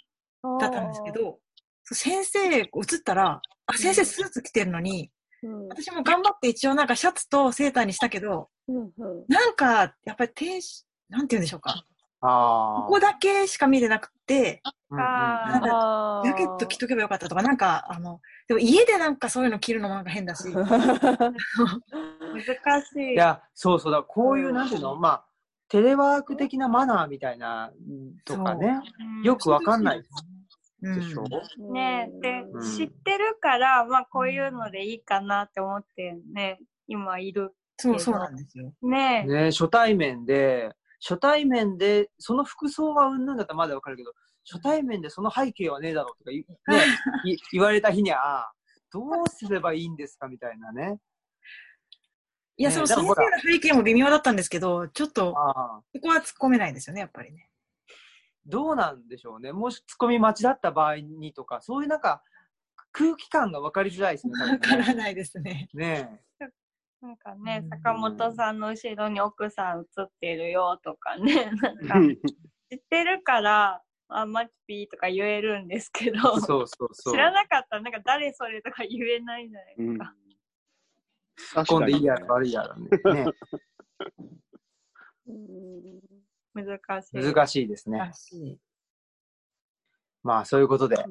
[SPEAKER 2] だったんですけど、そう先生、映ったら、あ、先生スーツ着てるのに、
[SPEAKER 5] うん
[SPEAKER 2] 私も頑張って一応なんかシャツとセーターにしたけど、
[SPEAKER 5] うんうん
[SPEAKER 2] なんか、やっぱり天使、なんて言うんでしょうか。
[SPEAKER 3] あ
[SPEAKER 2] ここだけしか見てなくて、
[SPEAKER 1] あ
[SPEAKER 2] なんか
[SPEAKER 5] あ
[SPEAKER 2] ジャケット着とけばよかったとか、なんか、あの、でも家でなんかそういうの着るのもなんか変だし、
[SPEAKER 5] ー
[SPEAKER 1] 難しい。
[SPEAKER 3] いや、そうそうだ。こういうう、
[SPEAKER 5] ん
[SPEAKER 3] なんていうの、まあ、テレワーク的なマナーみたいな、とかね。
[SPEAKER 1] うん
[SPEAKER 3] よ くわかんない
[SPEAKER 2] うん
[SPEAKER 3] でしょ、
[SPEAKER 1] ねで、
[SPEAKER 3] うん
[SPEAKER 1] 知ってるから、まあ、こういうのでいいかなって思ってね、今いる。
[SPEAKER 2] そうそうなんですよ。
[SPEAKER 1] ね
[SPEAKER 3] ね、初対面で、初対面で、その服装はうんぬんだったらまだわかるけど、初対面でその背景はねえだろうとかい、ね、い言われた日には、あどうすればいいんですかみたいなね。
[SPEAKER 2] いや、
[SPEAKER 3] ね
[SPEAKER 2] その
[SPEAKER 3] で
[SPEAKER 2] 先
[SPEAKER 3] も
[SPEAKER 2] 生
[SPEAKER 3] ほ
[SPEAKER 2] の
[SPEAKER 3] ら
[SPEAKER 2] 背景も微妙だったんですけど、ちょっと、
[SPEAKER 3] ああ
[SPEAKER 2] ここは突っ込めないですよね、やっぱりね。
[SPEAKER 3] どうなんでしょうね。もしツッコミ待ちだった場合にとか、そういうなんか、空気感が分かりづらいですね。多
[SPEAKER 2] わか
[SPEAKER 3] 分ね
[SPEAKER 2] らないですね。
[SPEAKER 3] ねえ。
[SPEAKER 1] え、なんかね
[SPEAKER 2] う、ん
[SPEAKER 1] 坂本さんの後ろに奥さん映ってるよとかね、なんか、知ってるから、あ、マキピーとか言えるんですけど、
[SPEAKER 3] そうそうそう。
[SPEAKER 1] 知らなかったら、なんか誰それとか言えないじゃないですか。
[SPEAKER 4] 確
[SPEAKER 3] 今
[SPEAKER 4] か
[SPEAKER 3] 度い
[SPEAKER 4] に
[SPEAKER 3] いやら悪いやらね。
[SPEAKER 5] うん
[SPEAKER 1] 難しい。
[SPEAKER 3] ね難しいですね。
[SPEAKER 2] らしい。
[SPEAKER 3] まあそういうことで。
[SPEAKER 1] ち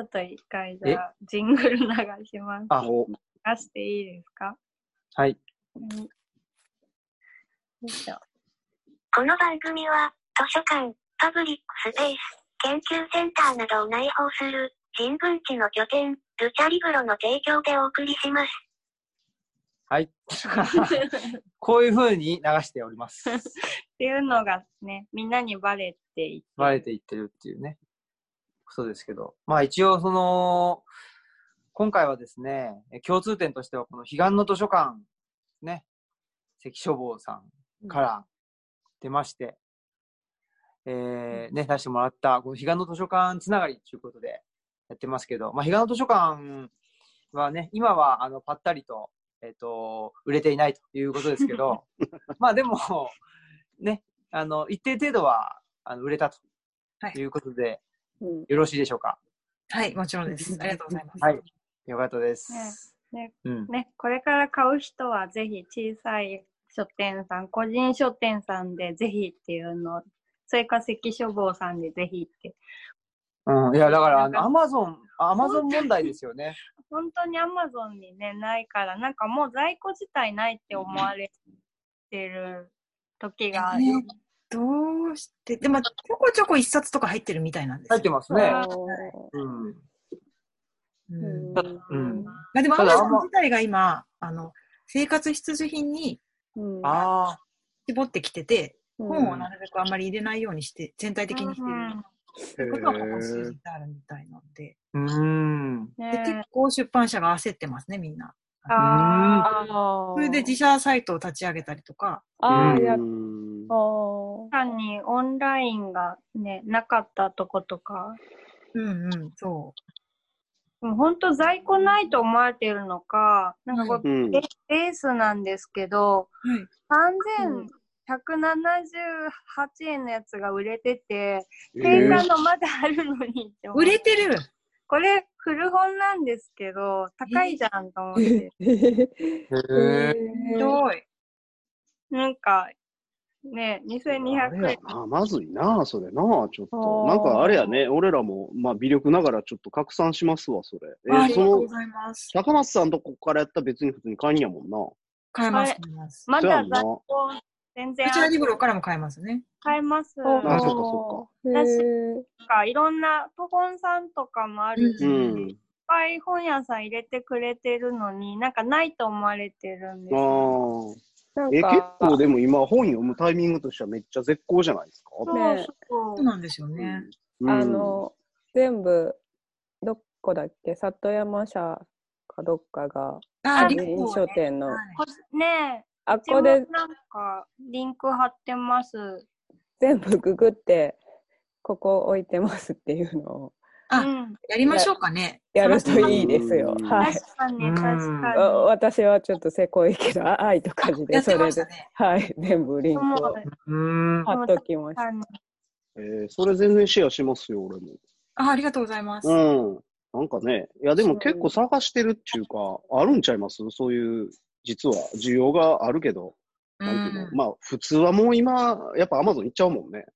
[SPEAKER 1] ょっと一回じゃあ、ジングル流します。
[SPEAKER 3] あ、
[SPEAKER 4] お
[SPEAKER 1] 流していいですか
[SPEAKER 3] はい。
[SPEAKER 1] うんよいしょ。
[SPEAKER 6] この番組は、図書館、パブリックスペース、研究センターなどを内包する、人文地の拠点、ルチャリブロの提供でお送りします。
[SPEAKER 3] はい。こういうふうに流しております。
[SPEAKER 1] っていうのがね、みんなにバレていて。
[SPEAKER 3] バレていってるっていうね、ことですけど。まあ一応その、今回はですね、え共通点としてはこの彼岸の図書館、ね、関書房さんから出まして、えーね、出してもらった、この彼岸の図書館つながりということでやってますけど、まあ彼岸の図書館はね、今はあの、ぱったりと、えっ、と、売れていないということですけど、まあでも、ね、あの、一定程度は、あの、売れたと
[SPEAKER 2] はい
[SPEAKER 3] いうことで、
[SPEAKER 5] うん
[SPEAKER 3] よろしいでしょうか。
[SPEAKER 2] はい、もちろんです。ありがとうございます。
[SPEAKER 3] はい。よかったです。
[SPEAKER 1] ね
[SPEAKER 3] うん。
[SPEAKER 1] ね、これから買う人はぜひ小さい書店さん、個人書店さんでぜひっていうのを、それか関書房さんでぜひって。
[SPEAKER 3] うん。いや、だから、あ
[SPEAKER 1] な
[SPEAKER 3] の、アマゾン、アマゾン問題ですよね。
[SPEAKER 1] 本当にアマゾンにね、ないから、なんかもう在庫自体ないって思われてる時がある。
[SPEAKER 2] ねどうして、でも、ちょこちょこ一冊とか入ってるみたいなんですよ
[SPEAKER 3] 入ってますね。
[SPEAKER 5] あー
[SPEAKER 3] うん。
[SPEAKER 2] うん
[SPEAKER 5] うん
[SPEAKER 2] ま
[SPEAKER 3] うん。
[SPEAKER 2] あでも、
[SPEAKER 3] た
[SPEAKER 2] ア
[SPEAKER 3] だ
[SPEAKER 2] マゾン自体が今、あの、生活必需品に
[SPEAKER 5] うん
[SPEAKER 3] ああ。
[SPEAKER 2] 絞ってきてて、
[SPEAKER 5] うん
[SPEAKER 2] 本をなるべくあんまり入れないようにして、全体的にして
[SPEAKER 1] う
[SPEAKER 2] る
[SPEAKER 1] ん
[SPEAKER 2] そういうことはここ数日あるみたいなので、
[SPEAKER 3] うーん。
[SPEAKER 2] で
[SPEAKER 1] ね
[SPEAKER 2] 結構出版社が焦ってますね、みんな。
[SPEAKER 1] あー
[SPEAKER 5] あ
[SPEAKER 2] それで自社サイトを立ち上げたりとか、
[SPEAKER 5] ああや
[SPEAKER 4] う
[SPEAKER 5] っ
[SPEAKER 4] ん
[SPEAKER 5] あー
[SPEAKER 1] 確かにオンラインがね、なかったとことか、
[SPEAKER 2] うんうん、そ
[SPEAKER 1] もう本当在庫ないと思われてるのか、なんかこ
[SPEAKER 4] う
[SPEAKER 1] れ、
[SPEAKER 4] ん
[SPEAKER 1] ベベースなんですけど、
[SPEAKER 2] う。はい。
[SPEAKER 1] 3178円のやつが売れてて、
[SPEAKER 4] え
[SPEAKER 1] 定
[SPEAKER 4] ー
[SPEAKER 1] 価のまだあるのにって思う
[SPEAKER 2] 売れてる
[SPEAKER 1] これ古本なんですけど、高いじゃんと思って。
[SPEAKER 3] へ
[SPEAKER 5] え
[SPEAKER 3] え。
[SPEAKER 2] ひどい。
[SPEAKER 1] なんか、ね、
[SPEAKER 4] あ
[SPEAKER 1] 2200
[SPEAKER 4] れや
[SPEAKER 1] 円。
[SPEAKER 4] な、まずいな、それな、ちょっ
[SPEAKER 5] あ
[SPEAKER 4] と。
[SPEAKER 5] ー
[SPEAKER 4] なんかあれやね、俺らも、まあ、微力ながらちょっと拡散しますわ、それ。えー
[SPEAKER 2] ありがとうご
[SPEAKER 4] その、
[SPEAKER 2] ざいます。
[SPEAKER 4] 高松さんとこからやったら別に普通に買いんやもんな。
[SPEAKER 2] 買えます、
[SPEAKER 1] あ
[SPEAKER 2] 買えます。
[SPEAKER 1] ま
[SPEAKER 4] そうや
[SPEAKER 1] だ
[SPEAKER 4] んな
[SPEAKER 1] 在庫全然
[SPEAKER 2] こちらリブロからも買えますね。
[SPEAKER 1] 買えます。
[SPEAKER 4] あ
[SPEAKER 1] な
[SPEAKER 4] そうか
[SPEAKER 5] へ
[SPEAKER 4] そ
[SPEAKER 5] ー
[SPEAKER 1] んかいろんな、古本さんとかもあるし、
[SPEAKER 4] う
[SPEAKER 1] いっ
[SPEAKER 4] ん。
[SPEAKER 1] ぱい本屋さん入れてくれてるのに、なんかないと思われてるんです
[SPEAKER 4] あ
[SPEAKER 1] よ。
[SPEAKER 4] あ。
[SPEAKER 5] なん
[SPEAKER 4] え、結
[SPEAKER 5] か
[SPEAKER 4] 構でも今本読むタイミングとしてはめっちゃ絶好じゃないですか。
[SPEAKER 1] そう
[SPEAKER 5] ね
[SPEAKER 1] そう
[SPEAKER 2] そうなんですよね。
[SPEAKER 4] うん
[SPEAKER 5] あの、全部、どこだっけ、里山社かどっかが、
[SPEAKER 2] あー、リ
[SPEAKER 5] グ
[SPEAKER 2] ク
[SPEAKER 5] リー
[SPEAKER 2] ー
[SPEAKER 5] ン
[SPEAKER 2] は
[SPEAKER 5] 書
[SPEAKER 2] ね
[SPEAKER 5] 店の、
[SPEAKER 1] こねえ、
[SPEAKER 5] あっ
[SPEAKER 1] うちも
[SPEAKER 5] こで
[SPEAKER 1] なんかリンク貼ってます。
[SPEAKER 5] 全部ググって、ここ置いてますっていうのを
[SPEAKER 1] う
[SPEAKER 2] あ
[SPEAKER 1] ん、
[SPEAKER 2] やりましょうかね。
[SPEAKER 5] やると
[SPEAKER 2] い
[SPEAKER 5] いいですよ。
[SPEAKER 4] うん
[SPEAKER 5] はい。
[SPEAKER 1] 確か
[SPEAKER 3] う
[SPEAKER 1] に
[SPEAKER 3] ん
[SPEAKER 1] 確か
[SPEAKER 5] あ
[SPEAKER 1] に。
[SPEAKER 5] 私はちょっとせこいけど、あ愛と感じ
[SPEAKER 2] や
[SPEAKER 5] で、
[SPEAKER 2] って
[SPEAKER 5] そ
[SPEAKER 2] ま
[SPEAKER 5] れ
[SPEAKER 2] した
[SPEAKER 5] で、
[SPEAKER 2] ね。
[SPEAKER 5] はい、全部リンク
[SPEAKER 1] も
[SPEAKER 5] を
[SPEAKER 1] う
[SPEAKER 3] うーん。
[SPEAKER 5] 貼っときまし
[SPEAKER 1] あの
[SPEAKER 4] えーそれ全然シェアしますよ、俺も。
[SPEAKER 2] あ、ありがとうございます。
[SPEAKER 4] うん。なんかね、いやでも結構探してるっていうか、あるんちゃいますそういう、実は需要があるけど、なんていうの、まあ普通はもう今、やっぱアマゾン行っちゃうもんね。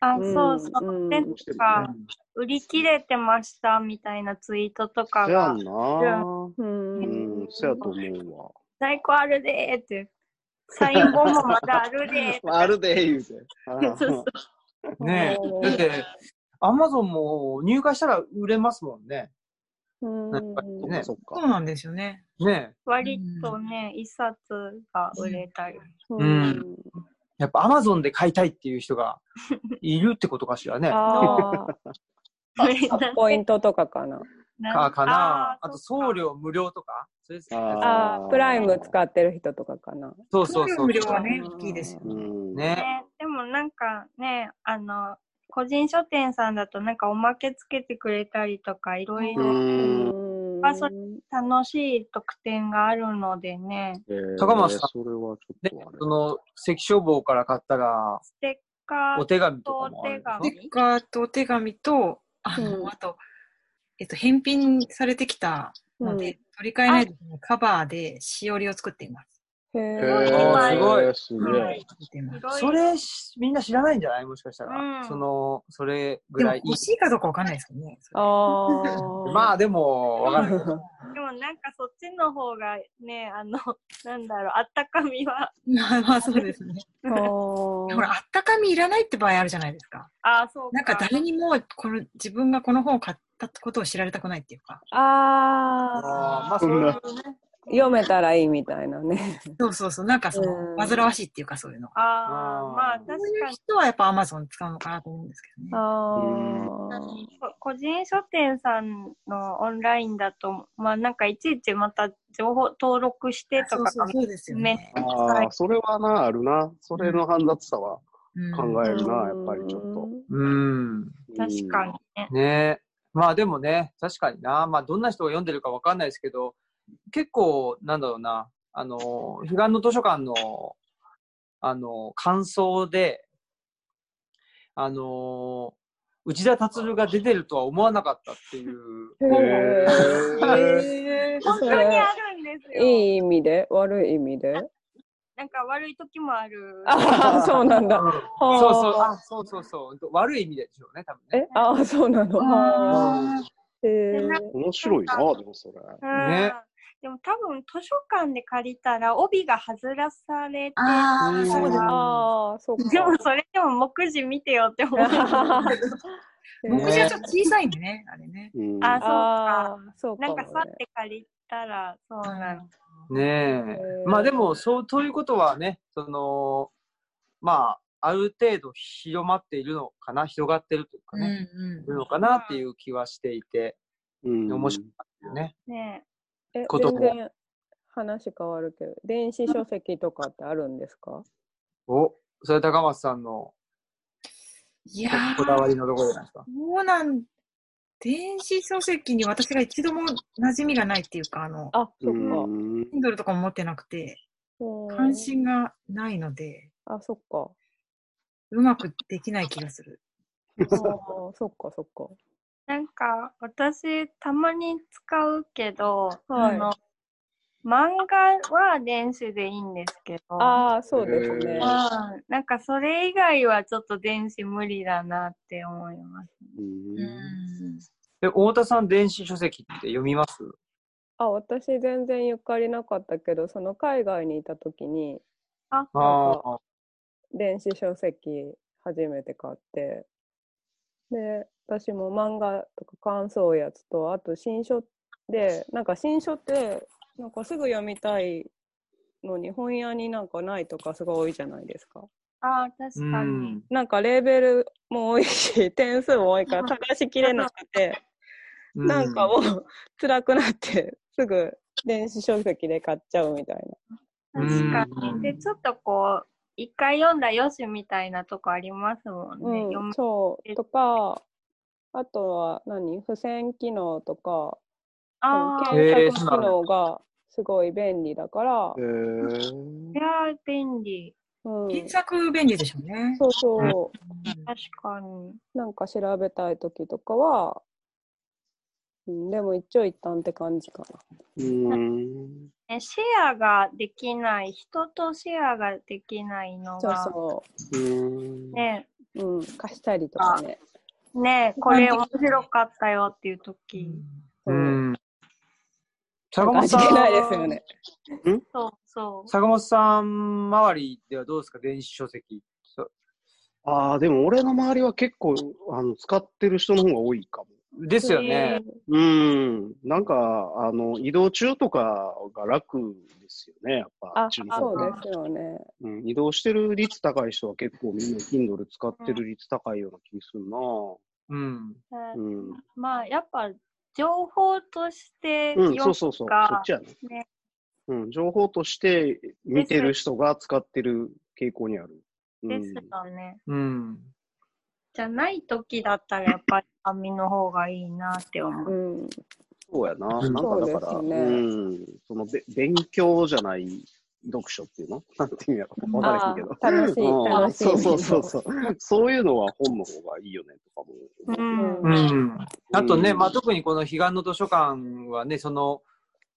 [SPEAKER 1] あ、
[SPEAKER 5] うん
[SPEAKER 1] そうそう。
[SPEAKER 5] うん
[SPEAKER 1] で、
[SPEAKER 4] どうしても
[SPEAKER 1] あ
[SPEAKER 4] ね。
[SPEAKER 1] 売り切れてましたみたいなツイートとか
[SPEAKER 4] せや
[SPEAKER 1] が
[SPEAKER 4] ん、な
[SPEAKER 5] う。
[SPEAKER 4] うんん、せや と思
[SPEAKER 1] 在庫あるでーって、サイン本もまだあるでー
[SPEAKER 4] うわ。あるで、言うて。
[SPEAKER 1] そうそう
[SPEAKER 3] ね
[SPEAKER 5] うん
[SPEAKER 3] え。だって、アマゾンも入荷したら売れますもんね。
[SPEAKER 5] うん
[SPEAKER 4] そっかそ
[SPEAKER 2] そ
[SPEAKER 4] っか。
[SPEAKER 2] うなんですよね。
[SPEAKER 3] ねえ。
[SPEAKER 1] 割とね、一冊が売れたり。
[SPEAKER 5] うん。
[SPEAKER 3] やっぱアマゾンで買いたいっていう人がいるってことかしらね。
[SPEAKER 5] ああ、 ポイントとかかな。
[SPEAKER 3] かかなあと送。
[SPEAKER 1] ーそっか
[SPEAKER 3] 料無料とかそれ
[SPEAKER 5] あ
[SPEAKER 4] あ
[SPEAKER 5] あ、プライム使ってる人とかかな。
[SPEAKER 3] そ
[SPEAKER 2] 送
[SPEAKER 3] うそう
[SPEAKER 2] 料
[SPEAKER 3] そう。
[SPEAKER 2] 無料はね、
[SPEAKER 5] うん
[SPEAKER 2] 大きいですよ
[SPEAKER 4] う
[SPEAKER 2] ね。
[SPEAKER 3] ね
[SPEAKER 4] ん。
[SPEAKER 1] ね、でもなんかね、あの、個人書店さんだとなんかおまけつけてくれたりとかいろいうろ
[SPEAKER 4] ん。
[SPEAKER 5] うん
[SPEAKER 1] あそ楽しい特典があるのでね、
[SPEAKER 4] えー
[SPEAKER 3] 高松さん
[SPEAKER 4] それは
[SPEAKER 3] で
[SPEAKER 4] ちょっ、
[SPEAKER 3] そ
[SPEAKER 4] と
[SPEAKER 3] の、関消防から買ったら、
[SPEAKER 1] ステッカー
[SPEAKER 3] お
[SPEAKER 1] と
[SPEAKER 3] 手紙とかも
[SPEAKER 1] お
[SPEAKER 3] ある
[SPEAKER 1] 手
[SPEAKER 3] んで
[SPEAKER 2] ス
[SPEAKER 3] しょ
[SPEAKER 1] 紙
[SPEAKER 2] テッカーとお手紙と、あの、
[SPEAKER 5] うん
[SPEAKER 2] あと、えっと、返品されてきたので、取り替えないときにカバーでしおりを作っています。
[SPEAKER 5] へ
[SPEAKER 4] あ
[SPEAKER 5] え
[SPEAKER 4] れ。
[SPEAKER 1] すごい
[SPEAKER 4] へーす
[SPEAKER 1] ごい
[SPEAKER 4] げえ。
[SPEAKER 2] 作っています
[SPEAKER 1] いろい
[SPEAKER 3] そ
[SPEAKER 1] ろ
[SPEAKER 3] れ、しみんな知らないんじゃないもしかしたら。
[SPEAKER 1] うん
[SPEAKER 3] その、それぐ
[SPEAKER 2] でも
[SPEAKER 3] らい。
[SPEAKER 2] 欲しいかどうかわかんないですけどね。それ
[SPEAKER 5] ああ。
[SPEAKER 3] まあ、でも、わかんない。
[SPEAKER 1] でもなんかそっちの方がね、あの、なんだろう、あったかみは。
[SPEAKER 2] まあまあそうですね。
[SPEAKER 5] あー
[SPEAKER 2] ほら、あったかみいらないって場合あるじゃないですか。
[SPEAKER 1] ああ、そうか。
[SPEAKER 2] なんか誰にもこの自分がこの本を買ったことを知られたくないっていうか。
[SPEAKER 5] あー
[SPEAKER 3] あーまあ、そういうね。
[SPEAKER 5] 読めたらいいみたいなね。
[SPEAKER 2] そうそうそう。なんかその、
[SPEAKER 5] うん
[SPEAKER 2] 煩わしいっていうかそういうのが。
[SPEAKER 1] あ
[SPEAKER 3] う
[SPEAKER 1] あ、
[SPEAKER 3] ん
[SPEAKER 1] まあ確
[SPEAKER 2] そう
[SPEAKER 1] か
[SPEAKER 2] いう
[SPEAKER 1] に
[SPEAKER 2] 人はやっぱ Amazon 使うのかなと思うんですけどね。
[SPEAKER 5] あ
[SPEAKER 1] 確か
[SPEAKER 5] ー
[SPEAKER 1] に。こ個人書店さんのオンラインだと、まあなんかいちいちまた情報登録してと
[SPEAKER 2] そう
[SPEAKER 1] か
[SPEAKER 2] そ
[SPEAKER 1] が
[SPEAKER 2] うそうですよね。
[SPEAKER 4] ああ、それはな、あるな。それの煩雑さは
[SPEAKER 2] うん
[SPEAKER 4] 考えるな、やっぱりちょっと。
[SPEAKER 5] う
[SPEAKER 3] うん。
[SPEAKER 1] 確かにね。
[SPEAKER 3] ねえ。まあ、でもね、確かにな。まあ、どんな人が読んでるかわかんないですけど、結構、なんだろうな。あの、彼岸の図書館の、あの、感想で、あの、内田達郎が出てるとは思わなかったっていう。
[SPEAKER 5] ん。へえ。
[SPEAKER 2] へー
[SPEAKER 1] 本当にあるんですよ。
[SPEAKER 5] いい意味で悪い意味で
[SPEAKER 1] なんか悪い時もある。
[SPEAKER 5] ああ、そうなんだ。
[SPEAKER 3] うん
[SPEAKER 5] はあ
[SPEAKER 3] そうそう、あ、そうそうそう。悪い意味でしょうね、多分ね。
[SPEAKER 5] え、ああ、そうなの。はあ
[SPEAKER 2] あ
[SPEAKER 5] へ
[SPEAKER 1] で
[SPEAKER 5] え
[SPEAKER 1] な
[SPEAKER 4] 面白いな、でもそれ。
[SPEAKER 1] うん
[SPEAKER 3] ね
[SPEAKER 1] でも多分図書館で借りたら帯が外らされて、
[SPEAKER 2] あ
[SPEAKER 4] う
[SPEAKER 2] ー、
[SPEAKER 4] ん
[SPEAKER 2] そうです。
[SPEAKER 5] ああ、そう か。
[SPEAKER 1] でもそれでも目次見てよって思う。
[SPEAKER 5] へえ
[SPEAKER 2] 目次はちょっと小さいんでね、あれね。
[SPEAKER 4] うん、
[SPEAKER 1] あ
[SPEAKER 5] ああ、そうか
[SPEAKER 1] なん
[SPEAKER 5] も
[SPEAKER 1] か
[SPEAKER 5] ね。
[SPEAKER 1] さって借りたら、そうなんです。
[SPEAKER 3] ね
[SPEAKER 5] へ
[SPEAKER 3] え。
[SPEAKER 5] ー
[SPEAKER 3] まあでも、そう、ということはね、その、まあ、ある程度広まっているのかな、広がってるというか
[SPEAKER 2] うん
[SPEAKER 3] ね、
[SPEAKER 2] う
[SPEAKER 3] い
[SPEAKER 2] ん。
[SPEAKER 3] るのかなっていう気はしていて、
[SPEAKER 4] うん
[SPEAKER 3] 面白いね。
[SPEAKER 1] ね
[SPEAKER 5] え、
[SPEAKER 3] こと
[SPEAKER 5] 全
[SPEAKER 3] も
[SPEAKER 5] 然話変わるけど、電子書籍とかってあるんですか
[SPEAKER 3] お、それ高松さんの
[SPEAKER 2] いや
[SPEAKER 3] こだわ
[SPEAKER 2] ー、
[SPEAKER 3] りのところじゃないですか。
[SPEAKER 2] そうなん、電子書籍に私が一度も馴染みがないっていうか、あの、
[SPEAKER 5] あ、そっか
[SPEAKER 4] うん
[SPEAKER 2] Kindle とかも持ってなくて、
[SPEAKER 5] うん。
[SPEAKER 2] 関心がないので、
[SPEAKER 5] あ、そっか。
[SPEAKER 2] うまくできない気がする。
[SPEAKER 5] ああ、そっか、そっ
[SPEAKER 1] なんか私たまに使うけど、
[SPEAKER 5] か。は
[SPEAKER 1] あ
[SPEAKER 5] い。
[SPEAKER 1] の漫画は電子でいいんですけど、
[SPEAKER 5] ああ、そうです
[SPEAKER 4] へ
[SPEAKER 1] う
[SPEAKER 5] ね。
[SPEAKER 4] ー
[SPEAKER 1] んなんかそれ以外はちょっと電子無理だなって思います。
[SPEAKER 4] うん
[SPEAKER 3] で、太田さん、電子書籍って読みます
[SPEAKER 5] あ、私全然ゆかりなかったけど、その海外にいた時に
[SPEAKER 3] あ
[SPEAKER 5] なん
[SPEAKER 3] あ、
[SPEAKER 5] 電子書籍初めて買って、で、私も漫画とか感想やつと、あと新書で、なんか新書って、なんかすぐ読みたいのに本屋になんかないとかすごい多いじゃないですか。
[SPEAKER 1] ああ、確か
[SPEAKER 3] う
[SPEAKER 1] に
[SPEAKER 3] ん。
[SPEAKER 5] なんかレーベルも多いし、 点数も多いから探しきれなくて、なんかもう辛くなって、すぐ電子書籍で買っちゃうみたいな。
[SPEAKER 1] 確か
[SPEAKER 3] うん
[SPEAKER 1] に。で、ちょっとこう、一回読んだよしみたいなとこありますもんね。読
[SPEAKER 5] うん、
[SPEAKER 1] む
[SPEAKER 5] そう。とか、あとは何付箋機能とか、
[SPEAKER 1] ああ、
[SPEAKER 5] そ
[SPEAKER 1] い
[SPEAKER 5] の
[SPEAKER 3] へえ
[SPEAKER 5] 検
[SPEAKER 3] そう
[SPEAKER 5] 索
[SPEAKER 3] な
[SPEAKER 5] 機
[SPEAKER 3] んだ
[SPEAKER 5] 能がすごい便利だから、
[SPEAKER 4] えー、
[SPEAKER 1] やー、便利。
[SPEAKER 5] うん、
[SPEAKER 2] 検索便利でしょうね。
[SPEAKER 5] そうそ
[SPEAKER 1] 確かに。
[SPEAKER 5] う、なんか調べたい時とかは、うん、でも一長一短って感じかな。
[SPEAKER 4] うーん。
[SPEAKER 1] ねシェアができない、人とシェアができないの
[SPEAKER 5] そう
[SPEAKER 1] が、
[SPEAKER 5] そう
[SPEAKER 4] ーん
[SPEAKER 1] ね
[SPEAKER 5] う、うん、貸したりとかね。
[SPEAKER 1] ねこれ面白かったよっていう時、
[SPEAKER 5] そうう。
[SPEAKER 3] ん。
[SPEAKER 5] な
[SPEAKER 3] 坂
[SPEAKER 5] んか
[SPEAKER 3] 本
[SPEAKER 5] 味
[SPEAKER 3] さん
[SPEAKER 5] 気 ないですよね。
[SPEAKER 1] そうそう。
[SPEAKER 3] 坂本さん周りではどうですか電子書籍。そ
[SPEAKER 4] ああ、でも俺の周りは結構あの使ってる人の方が多いかも。
[SPEAKER 3] ですよね。
[SPEAKER 4] うーん。なんか、あの、移動中とかが楽ですよね、やっぱ。
[SPEAKER 5] あ、
[SPEAKER 4] っち
[SPEAKER 5] そ
[SPEAKER 4] の方
[SPEAKER 5] う
[SPEAKER 4] が
[SPEAKER 5] ですよね。
[SPEAKER 4] うん、移動してる率高い人は結構みんな Kindle 使ってる率高いような気するなぁ。
[SPEAKER 3] うん。
[SPEAKER 1] う
[SPEAKER 4] うんん。
[SPEAKER 1] まあ、やっぱ、情報として
[SPEAKER 4] う
[SPEAKER 1] 読
[SPEAKER 4] ん、そうそうそう。そっちやね。
[SPEAKER 1] ね
[SPEAKER 4] うん、情報として見てる人が使ってる傾向にある。うん
[SPEAKER 1] で
[SPEAKER 4] ん
[SPEAKER 1] す、よね。
[SPEAKER 3] うん。
[SPEAKER 1] じゃない時だったら、やっぱり紙の方がいいなって思
[SPEAKER 5] う
[SPEAKER 1] う。
[SPEAKER 5] ん。
[SPEAKER 4] そうやな。
[SPEAKER 3] うん
[SPEAKER 4] なんかだか
[SPEAKER 5] そ
[SPEAKER 4] ら、
[SPEAKER 5] うですよね
[SPEAKER 4] うん、そのべ勉強じゃない読書っていうの なんていうんやろわからへんけど。
[SPEAKER 5] あー楽しい
[SPEAKER 4] うん
[SPEAKER 5] 楽しい
[SPEAKER 4] そうそうそうそう。そういうのは本の方がいいよねとかも思うけど。
[SPEAKER 1] うん
[SPEAKER 5] う
[SPEAKER 3] うん。あとね、
[SPEAKER 4] うん
[SPEAKER 3] まあ、特にこの彼岸の図書館はね、その、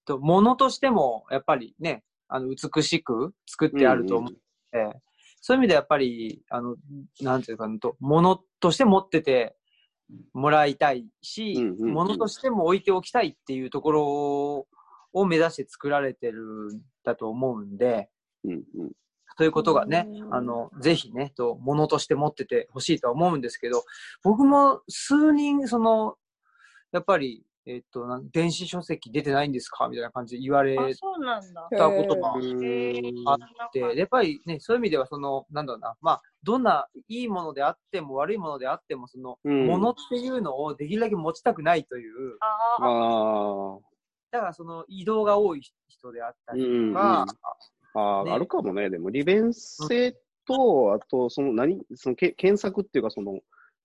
[SPEAKER 3] と物としても、やっぱりね、あの、美しく作ってあると思って、そういう意味でやっぱり、あの、なんていうかと、物として持っててもらいたいし、
[SPEAKER 4] うんうんうん
[SPEAKER 3] 物としても置いておきたいっていうところを目指して作られてるんだと思うんで、
[SPEAKER 4] うんうん。
[SPEAKER 3] ということがね
[SPEAKER 5] う、ん
[SPEAKER 3] あの、ぜひね、と、ものとして持っててほしいとは思うんですけど、僕も数人、その、やっぱり、えっと、なん電子書籍出てないんですかみたいな感じで言われ
[SPEAKER 1] あ、そうなんだ。
[SPEAKER 3] たことがあ
[SPEAKER 4] う
[SPEAKER 3] っ
[SPEAKER 4] ん
[SPEAKER 3] あて、やっぱりね、そういう意味では、その、なんだろうな、まあ、どんないいものであっても悪いものであっても、その、
[SPEAKER 4] うん
[SPEAKER 3] ものっていうのをできるだけ持ちたくないという、
[SPEAKER 1] ああ、
[SPEAKER 4] あ
[SPEAKER 3] だからその移動が多い人であった
[SPEAKER 4] あ、う
[SPEAKER 3] り
[SPEAKER 4] ん
[SPEAKER 3] と
[SPEAKER 4] うん。
[SPEAKER 3] か
[SPEAKER 4] あ、あ、
[SPEAKER 3] ね
[SPEAKER 4] あるかもね。でも、利便性と、あと、その、何、そのけ、検索っていうか、その、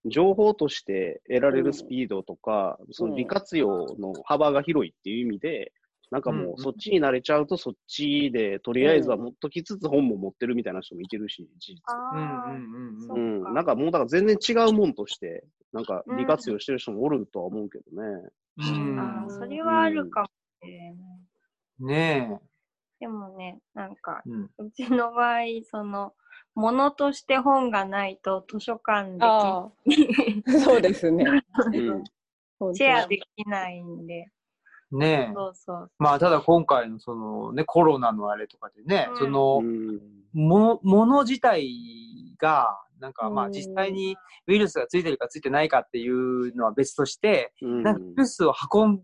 [SPEAKER 4] 情報として得られるスピードとか、その利活用の幅が広いっていう意味で、なんか
[SPEAKER 3] うん
[SPEAKER 4] も
[SPEAKER 3] うん
[SPEAKER 4] うそっちに慣れちゃうとそっちで、とりあえずは持っときつつ本も持ってるみたいな人もいてるし、事実。
[SPEAKER 3] うんうん
[SPEAKER 1] ああ、
[SPEAKER 3] うんうん
[SPEAKER 1] そうっ
[SPEAKER 4] ん。
[SPEAKER 1] か
[SPEAKER 4] なんかもうだから全然違うもんとして、なんか利活用してる人もおるとは思うけどね。
[SPEAKER 3] うん
[SPEAKER 1] ああ、それはあるかもしれない。
[SPEAKER 3] ね
[SPEAKER 1] でもね、なんか、
[SPEAKER 3] え。うん
[SPEAKER 1] うちの場合、その、ものとして本がないと図書館で
[SPEAKER 5] あ あ、そうですね。
[SPEAKER 4] うん。
[SPEAKER 5] 本当
[SPEAKER 1] シェアできないんで、
[SPEAKER 3] ねえ。
[SPEAKER 1] そうそう。
[SPEAKER 3] まあ、ただ今回のそのね、コロナのあれとかでね、
[SPEAKER 1] うん
[SPEAKER 3] そうの、
[SPEAKER 4] ん。
[SPEAKER 3] も、もの自体が、なんかま
[SPEAKER 5] う
[SPEAKER 3] あ
[SPEAKER 5] ん
[SPEAKER 3] 実際にウイルスがついてるかついてないかっていうのは別として、
[SPEAKER 4] うん
[SPEAKER 3] なんかウイルスを運ん、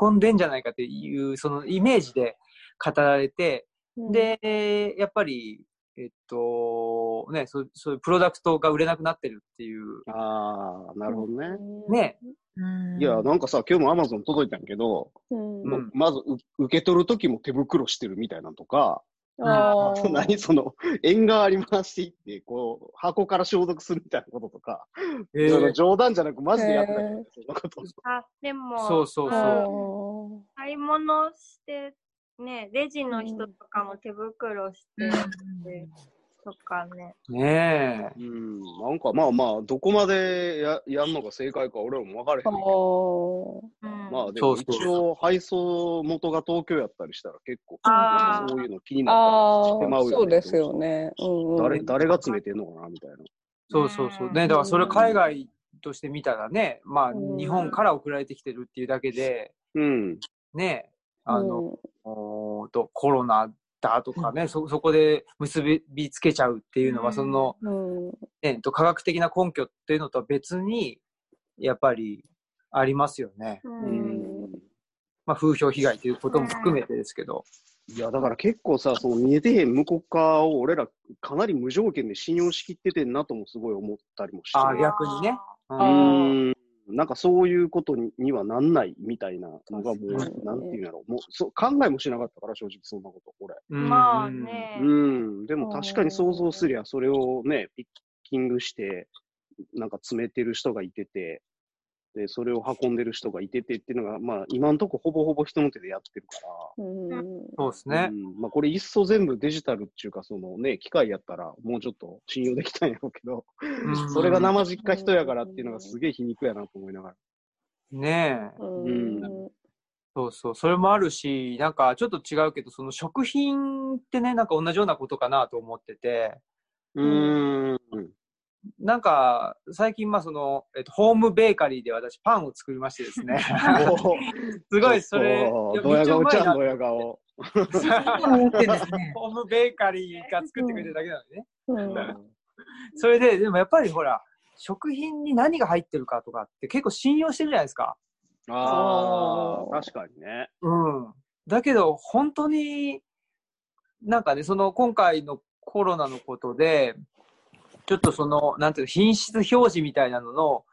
[SPEAKER 3] 運んでんじゃないかっていう、そのイメージで語られて、
[SPEAKER 5] うん
[SPEAKER 3] で、やっぱり、えっと、ね、そうそういうプロダクトが売れなくなってるっていう、
[SPEAKER 4] ああ、なるほどね。
[SPEAKER 3] ね。
[SPEAKER 4] いや、なんかさ、今日も Amazon 届いたんやけど、
[SPEAKER 5] うん
[SPEAKER 3] うん
[SPEAKER 4] もうまずう受け取るときも手袋してるみたいなのとか、
[SPEAKER 5] あ
[SPEAKER 4] あと
[SPEAKER 5] ー
[SPEAKER 4] 何その、縁側ありましていって、こう、箱から消毒するみたいなこととか、
[SPEAKER 3] えー
[SPEAKER 4] その冗談じゃなくマジでやってたよ
[SPEAKER 5] へ
[SPEAKER 4] ね、そんなこと。
[SPEAKER 1] あ、でも、
[SPEAKER 3] そうそう
[SPEAKER 5] あ
[SPEAKER 3] そ
[SPEAKER 5] ー
[SPEAKER 1] 買い物して、ね、レジの人とかも手袋して、とかね。
[SPEAKER 3] う。ねえ。
[SPEAKER 4] うん、なんかまあまあ、どこまでややんのが正解か俺らも分からへん
[SPEAKER 5] あ
[SPEAKER 4] ねんけど、
[SPEAKER 5] ー
[SPEAKER 1] うん。
[SPEAKER 4] まあで
[SPEAKER 3] そ
[SPEAKER 4] も
[SPEAKER 3] うそう
[SPEAKER 4] 一応配送元が東京やったりしたら結構、
[SPEAKER 1] あー
[SPEAKER 4] そういうの気にな
[SPEAKER 5] あ
[SPEAKER 4] ったらしてまうよ
[SPEAKER 5] ー、
[SPEAKER 4] ね。
[SPEAKER 5] そうですよね。うんうん
[SPEAKER 4] 誰、誰が詰めてんのかなみたいな。
[SPEAKER 3] そうそうそう。
[SPEAKER 1] うん
[SPEAKER 3] ね、だからそれ海外として見たらね、まあ
[SPEAKER 5] うん
[SPEAKER 3] 日本から送られてきてるっていうだけで、
[SPEAKER 4] うん。
[SPEAKER 3] ね、あの、
[SPEAKER 5] うん
[SPEAKER 3] おーとコロナだとかね、そ、そこで結びつけちゃうっていうの
[SPEAKER 1] う
[SPEAKER 3] は、
[SPEAKER 1] ん
[SPEAKER 3] その、
[SPEAKER 5] うん
[SPEAKER 3] ね、と科学的な根拠っていうのとは別に、やっぱりありますよね。
[SPEAKER 1] う。
[SPEAKER 4] うんん。
[SPEAKER 3] まあ風評被害ということも含めてですけど。
[SPEAKER 4] いや、だから結構さ、その見えてへん向こう側を俺らかなり無条件で信用しきっててんなともすごい思ったりもして。
[SPEAKER 3] あー逆にね。う
[SPEAKER 4] うんん。なんかそういうことににはなんないみたいなのがもう、
[SPEAKER 5] 確かに
[SPEAKER 4] なんていうんやろ。もうそう考えもしなかったから、正直そんなこと、俺。
[SPEAKER 1] まあ。ね
[SPEAKER 4] う、ん。でも確かに想像すりゃ、それをね、ピッキングして、なんか詰めてる人がいてて、で、それを運んでる人がいててっていうのが、まあ今んとこほぼほぼ人の手でやってるか
[SPEAKER 5] うん
[SPEAKER 3] そうです
[SPEAKER 4] ら、
[SPEAKER 3] ね
[SPEAKER 4] う。ん、まあこれ一層全部デジタルっていうか、そのね、機械やったらもうちょっと信用できたんやろうけど、
[SPEAKER 3] うん
[SPEAKER 4] それが生実家人やからっていうのがすげえ皮肉やなと思いながら。
[SPEAKER 3] ねえ。
[SPEAKER 5] うん
[SPEAKER 3] そうそう。それもあるし、なんかちょっと違うけど、その食品ってね、なんか同じようなことかなと思ってて、
[SPEAKER 4] うーん。
[SPEAKER 3] なんか最近、まあその、えっと、ホームベーカリーで私パンを作りましてですね。 す
[SPEAKER 4] す
[SPEAKER 3] ごい、それ、いや
[SPEAKER 4] ドヤ顔ちゃん、ド
[SPEAKER 3] めっ
[SPEAKER 4] ヤ顔。
[SPEAKER 3] ちゃうまいな
[SPEAKER 2] 思ってんです ね。
[SPEAKER 3] ホームベーカリーが作ってくれてるだけなのにね。
[SPEAKER 5] うん
[SPEAKER 3] それで、でもやっぱりほら、食品に何が入ってるかとかって結構信用してるじゃないですか。
[SPEAKER 4] あ
[SPEAKER 5] そう
[SPEAKER 4] あ、確かにね。
[SPEAKER 3] うん。だけど、本当に、なんかね、その今回のコロナのことで、ちょっとその、なんていうの、品質表示みたいなのの、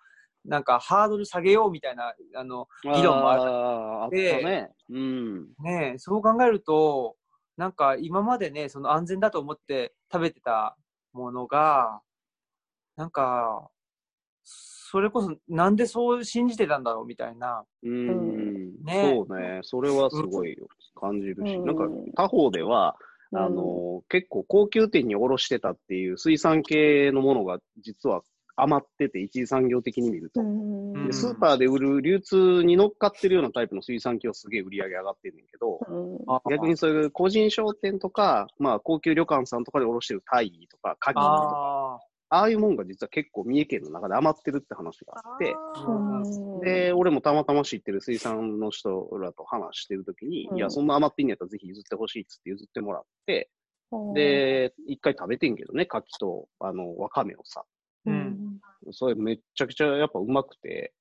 [SPEAKER 3] なんかハードル下げようみたいな、あの、議論もある
[SPEAKER 4] あーあったね。うん。
[SPEAKER 3] ねえ、そう考えると、なんか今までね、その安全だと思って食べてたものが、なんか、それこそなんでそう信じてたんだろうみたいな。
[SPEAKER 4] うん、
[SPEAKER 3] ね
[SPEAKER 4] そうね、それはすごい感じるし、
[SPEAKER 5] うん
[SPEAKER 4] なんか他方では、あの結構高級店に卸してたっていう水産系のものが実は余ってて、一次産業的に見ると、
[SPEAKER 5] うん
[SPEAKER 3] う
[SPEAKER 4] で
[SPEAKER 3] ん
[SPEAKER 4] スーパーで売る流通に乗っかってるようなタイプの水産系はすげえ売り上げ上がってるんだけど、
[SPEAKER 3] あ
[SPEAKER 4] 逆にそういう個人商店とか、まあ、高級旅館さんとかで卸してるタイとか、カキとか、
[SPEAKER 3] あ
[SPEAKER 4] ああいうもんが実は結構三重県の中で余ってるって話があって、
[SPEAKER 3] あ
[SPEAKER 1] あ
[SPEAKER 3] うん
[SPEAKER 4] で、俺もたまたま知ってる水産の人らと話してるときに、
[SPEAKER 5] うん
[SPEAKER 4] いや、そんな余ってんやったらぜひ譲ってほしいっつって譲ってもらって、、で、一回食べてんけどね、柿と、あの、わかめをさ。
[SPEAKER 3] うん
[SPEAKER 4] それめっちゃくちゃやっぱうまくて、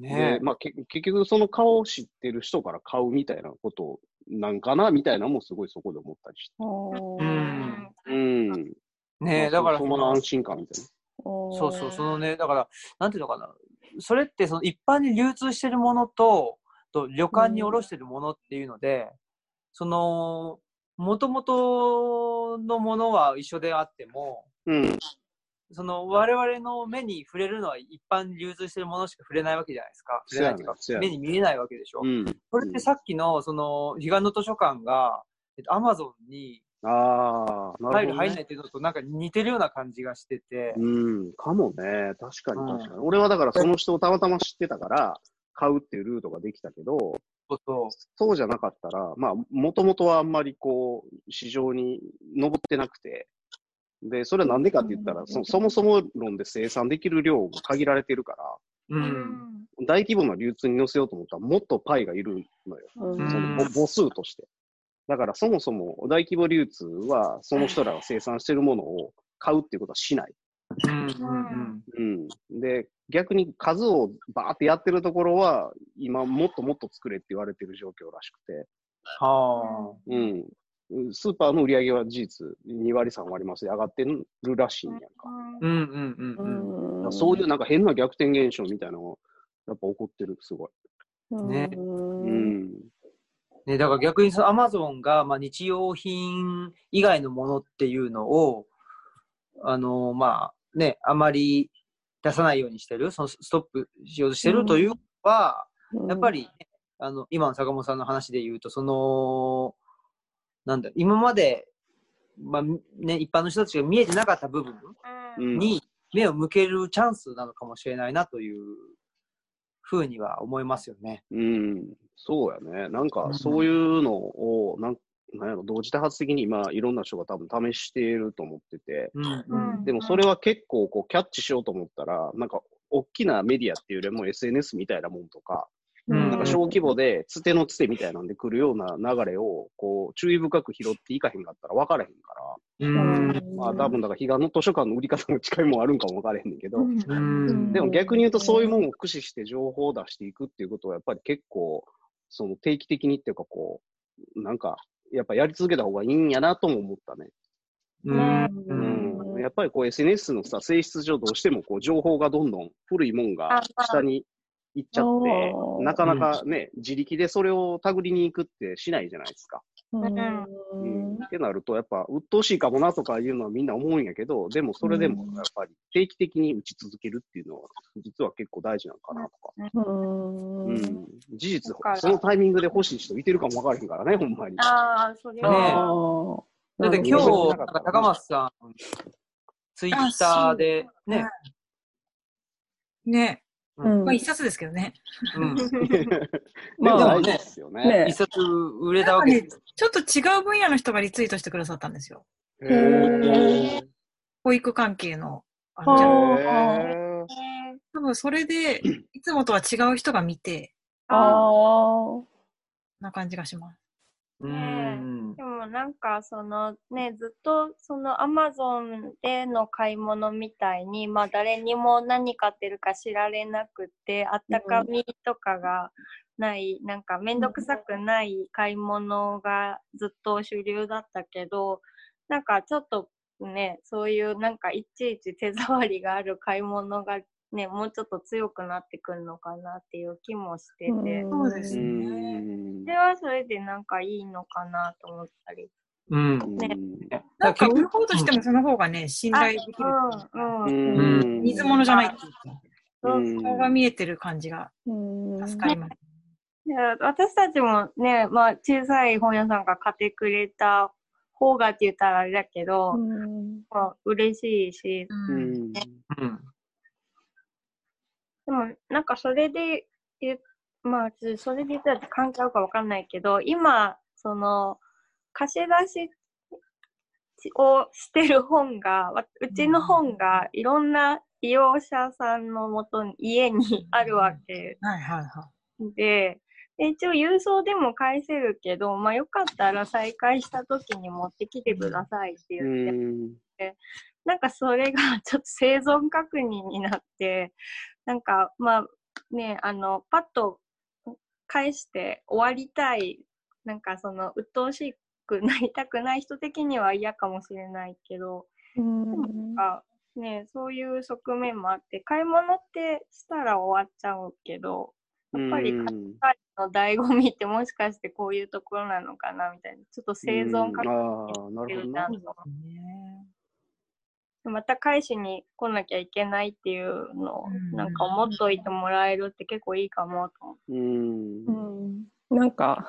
[SPEAKER 3] ね
[SPEAKER 4] で、まあけ結局その顔を知ってる人から買うみたいなことなんかなみたいなのもすごいそこで思ったりして。
[SPEAKER 3] うん
[SPEAKER 4] うん。
[SPEAKER 3] え。ねえ、だ
[SPEAKER 4] ま
[SPEAKER 3] から
[SPEAKER 4] あそ
[SPEAKER 3] そ
[SPEAKER 4] その
[SPEAKER 3] の
[SPEAKER 4] 安、心感みたいな。
[SPEAKER 3] そうそう、その
[SPEAKER 5] ね、
[SPEAKER 3] ね、だから、なんていうのかな。それってその一般に流通してるものと、と旅館に卸してるものっていうので、その、もともとのものは一緒であっても、
[SPEAKER 4] うん。
[SPEAKER 3] その我々の目に触れるのは一般に流通してるものしか触れないわけじゃないですか。触れないっていうか
[SPEAKER 4] そ、うやね
[SPEAKER 3] 目に見えないわけでしょ。
[SPEAKER 4] うん。
[SPEAKER 3] それってさっきの、その、彼岸の図書館が、えっと、アマゾンに
[SPEAKER 4] ああ、な
[SPEAKER 3] 入る
[SPEAKER 4] るほど、
[SPEAKER 3] 入んな
[SPEAKER 4] ね。
[SPEAKER 3] いっていうのとなんか似てるような感じがしてて、
[SPEAKER 4] うん、かもね。確かに
[SPEAKER 3] うん
[SPEAKER 4] 確かに。俺はだからその人をたまたま知ってたから、買うっていうルートができたけど、
[SPEAKER 3] そうそう
[SPEAKER 4] そうじゃなかったら、まあ、もともとはあんまりこう、市場に上ってなくて、で、それはなんでかって言ったら、そそもそも論で生産できる量が限られてるか
[SPEAKER 3] う。
[SPEAKER 4] ら、
[SPEAKER 1] うんん
[SPEAKER 4] 大規模な流通に乗せようと思ったら、もっとパイがいるのよ。
[SPEAKER 5] う
[SPEAKER 4] そ
[SPEAKER 3] うん
[SPEAKER 4] のぼ母数として。だからそもそも大規模流通は、その人らが生産してるものを買うっていうことはしない。
[SPEAKER 3] うんうん
[SPEAKER 4] うん。で、逆に数をバーってやってるところは、今もっともっと作れって言われてる状況らしくて、
[SPEAKER 3] はあ。
[SPEAKER 4] うん。スーパーの売り上げは事実2割3割増しで上がってるらしいんやんか。
[SPEAKER 3] うんうんうんうん。
[SPEAKER 4] だからそういう
[SPEAKER 5] う
[SPEAKER 4] なんか変な逆転現象みたいなのがやっぱ起こってる、すごい。
[SPEAKER 3] ね
[SPEAKER 4] う
[SPEAKER 5] うん
[SPEAKER 4] ん。
[SPEAKER 3] ね、だから逆にそのアマゾンが、まあ、日用品以外のものっていうのを、あのまあね、あまり出さないようにしてる、そのストップしようとしてるというのは、やっぱ、りね、あの、今の坂本さんの話で言うと、その、なんだ、今まで、まあね、一般の人たちが見えてなかった部分
[SPEAKER 4] う
[SPEAKER 1] うん
[SPEAKER 4] ん。
[SPEAKER 3] に目を向けるチャンスなのかもしれないなというふうには思いますよね。
[SPEAKER 4] うん、そうやね。なんか、そういうのを、なんなんやろ、同時多発的に今、いろんな人が多分試していると思ってて、
[SPEAKER 3] うん
[SPEAKER 1] う
[SPEAKER 3] うんん
[SPEAKER 4] でもそれは結構こうキャッチしようと思ったら、なんか、大きなメディアっていうよりも SNS みたいなもんとか、
[SPEAKER 3] うん
[SPEAKER 4] なんか小規模で、つてのつてみたいなんで来るような流れを、こう、注意深く拾っていかへんかったら分からへんか
[SPEAKER 3] うん
[SPEAKER 4] ら、まあ多分だから、彼岸の図書館の売り方の近いもんあるんかも分からへんねんけど、
[SPEAKER 3] うん
[SPEAKER 4] でも逆に言うと、そういうものを駆使して情報を出していくっていうことは、やっぱり結構、その定期的にっていうか、こう、なんか、やっぱやり続けた方がいいんやなとも思ったね。
[SPEAKER 3] うん
[SPEAKER 4] うん。
[SPEAKER 1] うん
[SPEAKER 4] やっぱりこう SNS のさ、性質上どうしてもこう情報がどんどん古いもんが
[SPEAKER 1] あまあ
[SPEAKER 4] 下に行っちゃって
[SPEAKER 5] お、ー
[SPEAKER 4] なかなかね、自力でそれを手繰りに行くってしないじゃないですか。うん、ってなると、やっぱ鬱陶しいかもなとかいうのはみんな思うんやけど、でもそれでも
[SPEAKER 5] うん
[SPEAKER 4] やっぱり定期的に打ち続けるっていうのは、実は結構大事なのかなとか。
[SPEAKER 5] うん
[SPEAKER 4] うん、事実
[SPEAKER 1] だから、
[SPEAKER 4] そのタイミングで欲しい人いてるかもわからへんからね、ほんまに。
[SPEAKER 1] ああ、それ
[SPEAKER 5] あ
[SPEAKER 1] は。
[SPEAKER 3] ねだ
[SPEAKER 5] ー
[SPEAKER 3] って
[SPEAKER 5] なる
[SPEAKER 3] 今
[SPEAKER 5] ほど
[SPEAKER 3] 日、なんか高松さん、ツイッターで、ね、
[SPEAKER 2] ね。
[SPEAKER 5] うん
[SPEAKER 2] まあ、一冊ですけどね。
[SPEAKER 3] うん、
[SPEAKER 5] まあ
[SPEAKER 4] でも大事ですよね。
[SPEAKER 5] ね
[SPEAKER 3] 一冊売れたわけです。
[SPEAKER 2] ちょっと違う分野の人がリツイートしてくださったんですよ。
[SPEAKER 4] へ
[SPEAKER 5] へ
[SPEAKER 4] ー
[SPEAKER 2] 保育関係の。あ
[SPEAKER 5] は
[SPEAKER 2] の
[SPEAKER 5] あ
[SPEAKER 2] じゃあ
[SPEAKER 4] へー
[SPEAKER 2] 多分それ で、いつもとは違う人が見て、
[SPEAKER 5] あ
[SPEAKER 2] な感じがします。
[SPEAKER 3] うん
[SPEAKER 1] でもなんかそのねずっとそのアマゾンでの買い物みたいにまあ誰にも何買ってるか知られなくてあったかみとかがない、なんか面倒くさくない買い物がずっと主流だったけどなんかちょっとねそういうなんかいちいち手触りがある買い物がねもうちょっと強くなってくるのかなっていう気もしてて。
[SPEAKER 5] ー
[SPEAKER 2] そうです
[SPEAKER 4] う
[SPEAKER 2] ね
[SPEAKER 4] ん
[SPEAKER 1] それはそれでなんかいいのかなと思ったり。
[SPEAKER 3] うん。だ
[SPEAKER 2] なん
[SPEAKER 3] か
[SPEAKER 2] から売
[SPEAKER 3] 結
[SPEAKER 2] る方としてもその方がね、信頼できるっていうか。
[SPEAKER 1] うん
[SPEAKER 4] う
[SPEAKER 1] うん。
[SPEAKER 4] ん
[SPEAKER 3] う
[SPEAKER 2] 水物じゃないっていうか、
[SPEAKER 1] そう
[SPEAKER 4] うん
[SPEAKER 2] 顔が見えてる感じが助かります。
[SPEAKER 1] いや私たちもね、まあ小さい本屋さんが買ってくれた方がって言ったらあれだけど、まあ嬉しいし、
[SPEAKER 2] う。
[SPEAKER 4] うんん
[SPEAKER 3] うん。
[SPEAKER 1] でもなんかそれで言う、まあちょそれで言ったら関係あるかわかんないけど、今、その、貸し出しをしてる本が、わうちの本がいろんな利用者さんのもとに、家にあるわけ
[SPEAKER 2] はいはいは
[SPEAKER 1] で、で一応郵送でも返せるけど、まあよかったら再開した時に持ってきてくださいって言
[SPEAKER 4] う
[SPEAKER 1] って、
[SPEAKER 4] ん
[SPEAKER 1] なんかそれが ちょっと生存確認になって、なんかまあね、あの、パッと返して終わりたい、なんかその鬱陶しくなりたくない人的には嫌かもしれないけど、あね、そういう側面もあって、買い物ってしたら終わっちゃうけど、やっぱり
[SPEAKER 4] う
[SPEAKER 1] 買
[SPEAKER 4] ん
[SPEAKER 1] 彼の醍醐味ってもしかしてこういうところなのかなみたいなちょっと生存確認
[SPEAKER 4] うんああ、なるほどな。
[SPEAKER 2] い。そうですね。
[SPEAKER 1] また返しに来なきゃいけないっていうのを
[SPEAKER 2] うん
[SPEAKER 1] なんか思っといてもらえるって結構いいかもと思って。
[SPEAKER 4] うん。
[SPEAKER 5] なんか、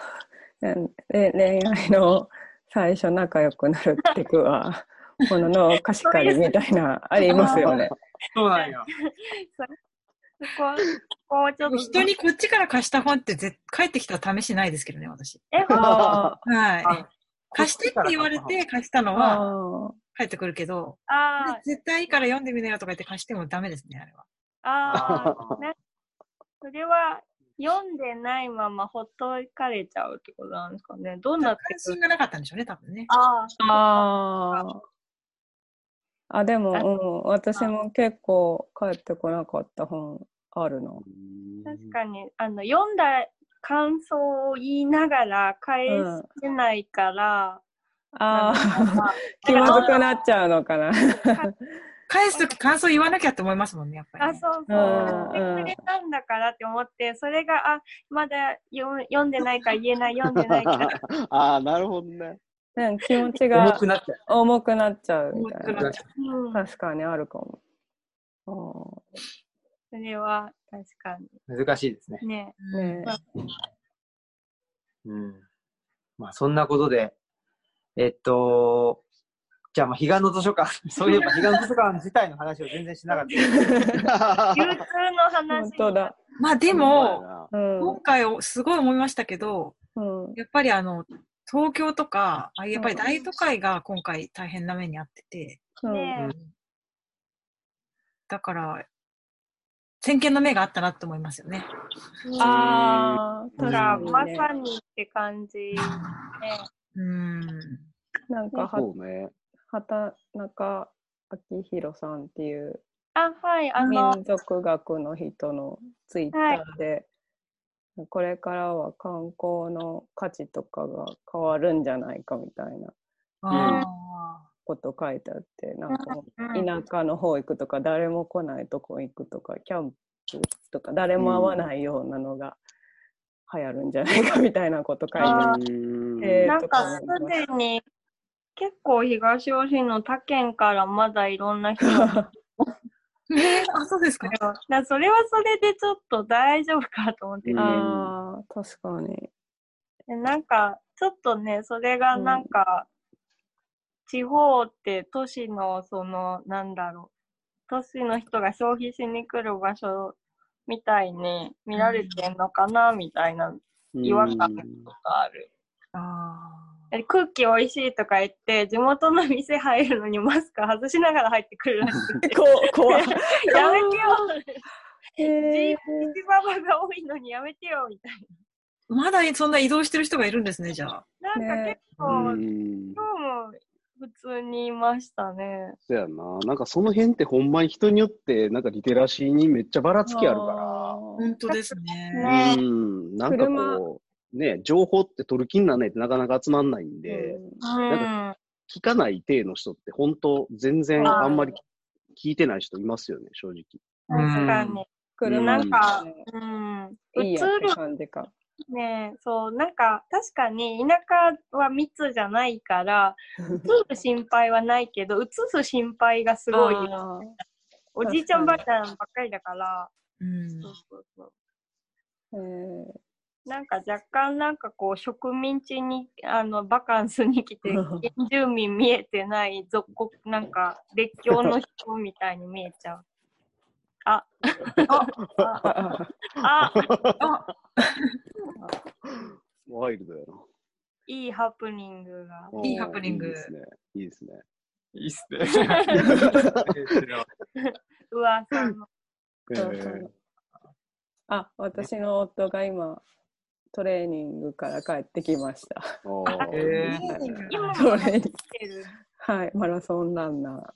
[SPEAKER 5] え恋愛の最初仲良くなるってくは、ものの貸し借りみたいな、ありますよね。
[SPEAKER 3] そうなんや。
[SPEAKER 1] そこ は、ここをちょっと。
[SPEAKER 2] 人にこっちから貸した本って絶帰ってきたら試しないですけどね、私。
[SPEAKER 1] え、ほん
[SPEAKER 5] あ
[SPEAKER 2] はい
[SPEAKER 3] あ。
[SPEAKER 2] 貸してって言われて貸したのは
[SPEAKER 5] あ、
[SPEAKER 2] 帰ってくるけど、
[SPEAKER 1] あー
[SPEAKER 2] 絶対いいから読んでみなよとか言って貸してもダメですね、あれは。
[SPEAKER 1] あ ー、なそれは読んでないままほっといかれちゃうってことなんですかね。どうなっ
[SPEAKER 2] 関
[SPEAKER 1] てくる
[SPEAKER 2] 心がなかったんでしょうね、多分ね。
[SPEAKER 1] あ
[SPEAKER 5] ああ。あ、でも、うん、私も結構帰ってこなかった本あるな。
[SPEAKER 1] あ、確かに、あの、読んだ感想を言いながら返せないから、
[SPEAKER 5] ああ、
[SPEAKER 1] あ、
[SPEAKER 5] 気まずくなっちゃうのかな。
[SPEAKER 2] 返すとき感想言わなきゃって思いますもんね、やっぱり、
[SPEAKER 1] あ、
[SPEAKER 2] ね。
[SPEAKER 1] そうそう。
[SPEAKER 5] う
[SPEAKER 1] 買っ
[SPEAKER 5] ん
[SPEAKER 1] てくれたんだからって思って、それが、あ、まだ読読んでないから言えない、読んでないから。
[SPEAKER 4] ああ、なるほどね。
[SPEAKER 5] なんか気持ち
[SPEAKER 3] 重
[SPEAKER 5] が
[SPEAKER 3] くなっちゃ
[SPEAKER 5] 重くなっちゃうみた
[SPEAKER 2] 重く
[SPEAKER 5] い
[SPEAKER 2] なっ
[SPEAKER 5] な
[SPEAKER 2] ち。ゃ
[SPEAKER 1] うん。
[SPEAKER 5] 確かにあるかも。
[SPEAKER 1] それは、確か
[SPEAKER 3] う。難しいですね。
[SPEAKER 1] に。 ね。
[SPEAKER 5] ああ、ねえ
[SPEAKER 3] うん。まあ、そんなことで、えっと、じゃあ、まあ、彼岸の図書館。そういえば、彼岸の図書館自体の話を全然しなかった。
[SPEAKER 1] 流通の話。
[SPEAKER 5] 本当だ。。
[SPEAKER 2] まあでも、
[SPEAKER 5] うん。
[SPEAKER 2] 今回おすごい思いましたけど、
[SPEAKER 5] うん。
[SPEAKER 2] やっぱりあの、東京とか、あやっぱり大都会が今回大変な目にあってて、
[SPEAKER 5] うん。
[SPEAKER 1] ね
[SPEAKER 2] だから、先見の目があったなって思いますよね。
[SPEAKER 5] ああ、
[SPEAKER 1] だか
[SPEAKER 5] 確
[SPEAKER 1] ら、
[SPEAKER 5] かに
[SPEAKER 1] ま
[SPEAKER 5] ね。
[SPEAKER 1] さにって感じ。ね。
[SPEAKER 2] うん。
[SPEAKER 5] なんかは、
[SPEAKER 4] そうね。
[SPEAKER 5] 畑中明弘さんっていう
[SPEAKER 1] あ、はい、あの、
[SPEAKER 5] 民族学の人のツイッターで、これからは観光の価値とかが変わるんじゃないかみたいな
[SPEAKER 2] ああ。
[SPEAKER 5] こと書いてあって、なんか
[SPEAKER 1] うん
[SPEAKER 5] 田舎の方行くとか、誰も来ないとこ行くとか、キャンプとか、誰も会わないようなのが流行るんじゃないかみたいなこと書いてある。
[SPEAKER 1] あ
[SPEAKER 5] えー
[SPEAKER 1] な
[SPEAKER 5] と
[SPEAKER 1] ん
[SPEAKER 5] か
[SPEAKER 1] か
[SPEAKER 5] 思
[SPEAKER 1] す
[SPEAKER 5] います
[SPEAKER 1] でに結構東大市の他県からまだいろんな人が
[SPEAKER 2] えー、あ、そうですか
[SPEAKER 1] 来。てますだからそれはそれでちょっと大丈夫かと思って
[SPEAKER 4] うん
[SPEAKER 5] ああ、確かに。
[SPEAKER 1] でなんかちょっとねそれがなんか、地方って都市のそのなんだろう都市の人が消費しに来る場所みたいに見られてんのかな、みたいなの違和感がある。
[SPEAKER 2] あ
[SPEAKER 1] え空気おいしいとか言って地元の店入るのにマスク外しながら入ってくるらしくて
[SPEAKER 5] こう、 怖い。
[SPEAKER 1] やめてよ
[SPEAKER 5] へー
[SPEAKER 1] 道ババが多いのにやめてよみたい
[SPEAKER 2] ーまだそんな移動してる人がいるんですね、じゃあ。
[SPEAKER 1] な。なんか
[SPEAKER 5] ね
[SPEAKER 1] 結構、
[SPEAKER 4] う
[SPEAKER 1] 今
[SPEAKER 4] ん
[SPEAKER 1] 日も普通にいましたね。
[SPEAKER 4] そやな。なんかその辺ってほんまに人によって、なんかリテラシーにめっちゃばらつきあるか
[SPEAKER 2] 本当ですね。
[SPEAKER 4] ら。
[SPEAKER 1] ね
[SPEAKER 4] うん。なんかこう、ね、情報って取る気にならないってなかなか集まんないんで、
[SPEAKER 1] う
[SPEAKER 4] なん
[SPEAKER 1] ん。
[SPEAKER 4] 聞かない体の人って本当全然
[SPEAKER 1] あー
[SPEAKER 4] あんまり聞いてない人いますよね、正直。
[SPEAKER 1] 確かに。
[SPEAKER 5] 車
[SPEAKER 1] なんか、うん。
[SPEAKER 5] い
[SPEAKER 1] 映
[SPEAKER 5] いやって
[SPEAKER 1] る
[SPEAKER 5] 感じか。
[SPEAKER 1] ね、そう、なんか、確かに田舎は密じゃないから、 映る心配はないけど、映す心配がすごい。
[SPEAKER 5] あ
[SPEAKER 1] おじいちゃんばあちゃんばっかりだから、
[SPEAKER 2] うん
[SPEAKER 1] そうそうそう。
[SPEAKER 5] ー。え
[SPEAKER 1] なんか若干なんかこう植民地にあのバカンスに来て原住民見えてない属国なんか列強の人みたいに見えちゃ う。あああ
[SPEAKER 5] ー
[SPEAKER 1] あ
[SPEAKER 4] ワイルドや
[SPEAKER 1] いいハプニングが。
[SPEAKER 4] な。
[SPEAKER 2] いいハプニング
[SPEAKER 4] いいですね。いいですね。
[SPEAKER 3] いいっすね。は
[SPEAKER 1] 噂の。
[SPEAKER 4] え
[SPEAKER 5] そうそうあ、私の夫が今、トレーニングから帰ってきました。
[SPEAKER 4] ーあー
[SPEAKER 3] へー
[SPEAKER 4] いいですね
[SPEAKER 1] 今も
[SPEAKER 5] そ
[SPEAKER 1] 走っ
[SPEAKER 5] れに
[SPEAKER 1] てる。
[SPEAKER 5] はい、マラソンランナ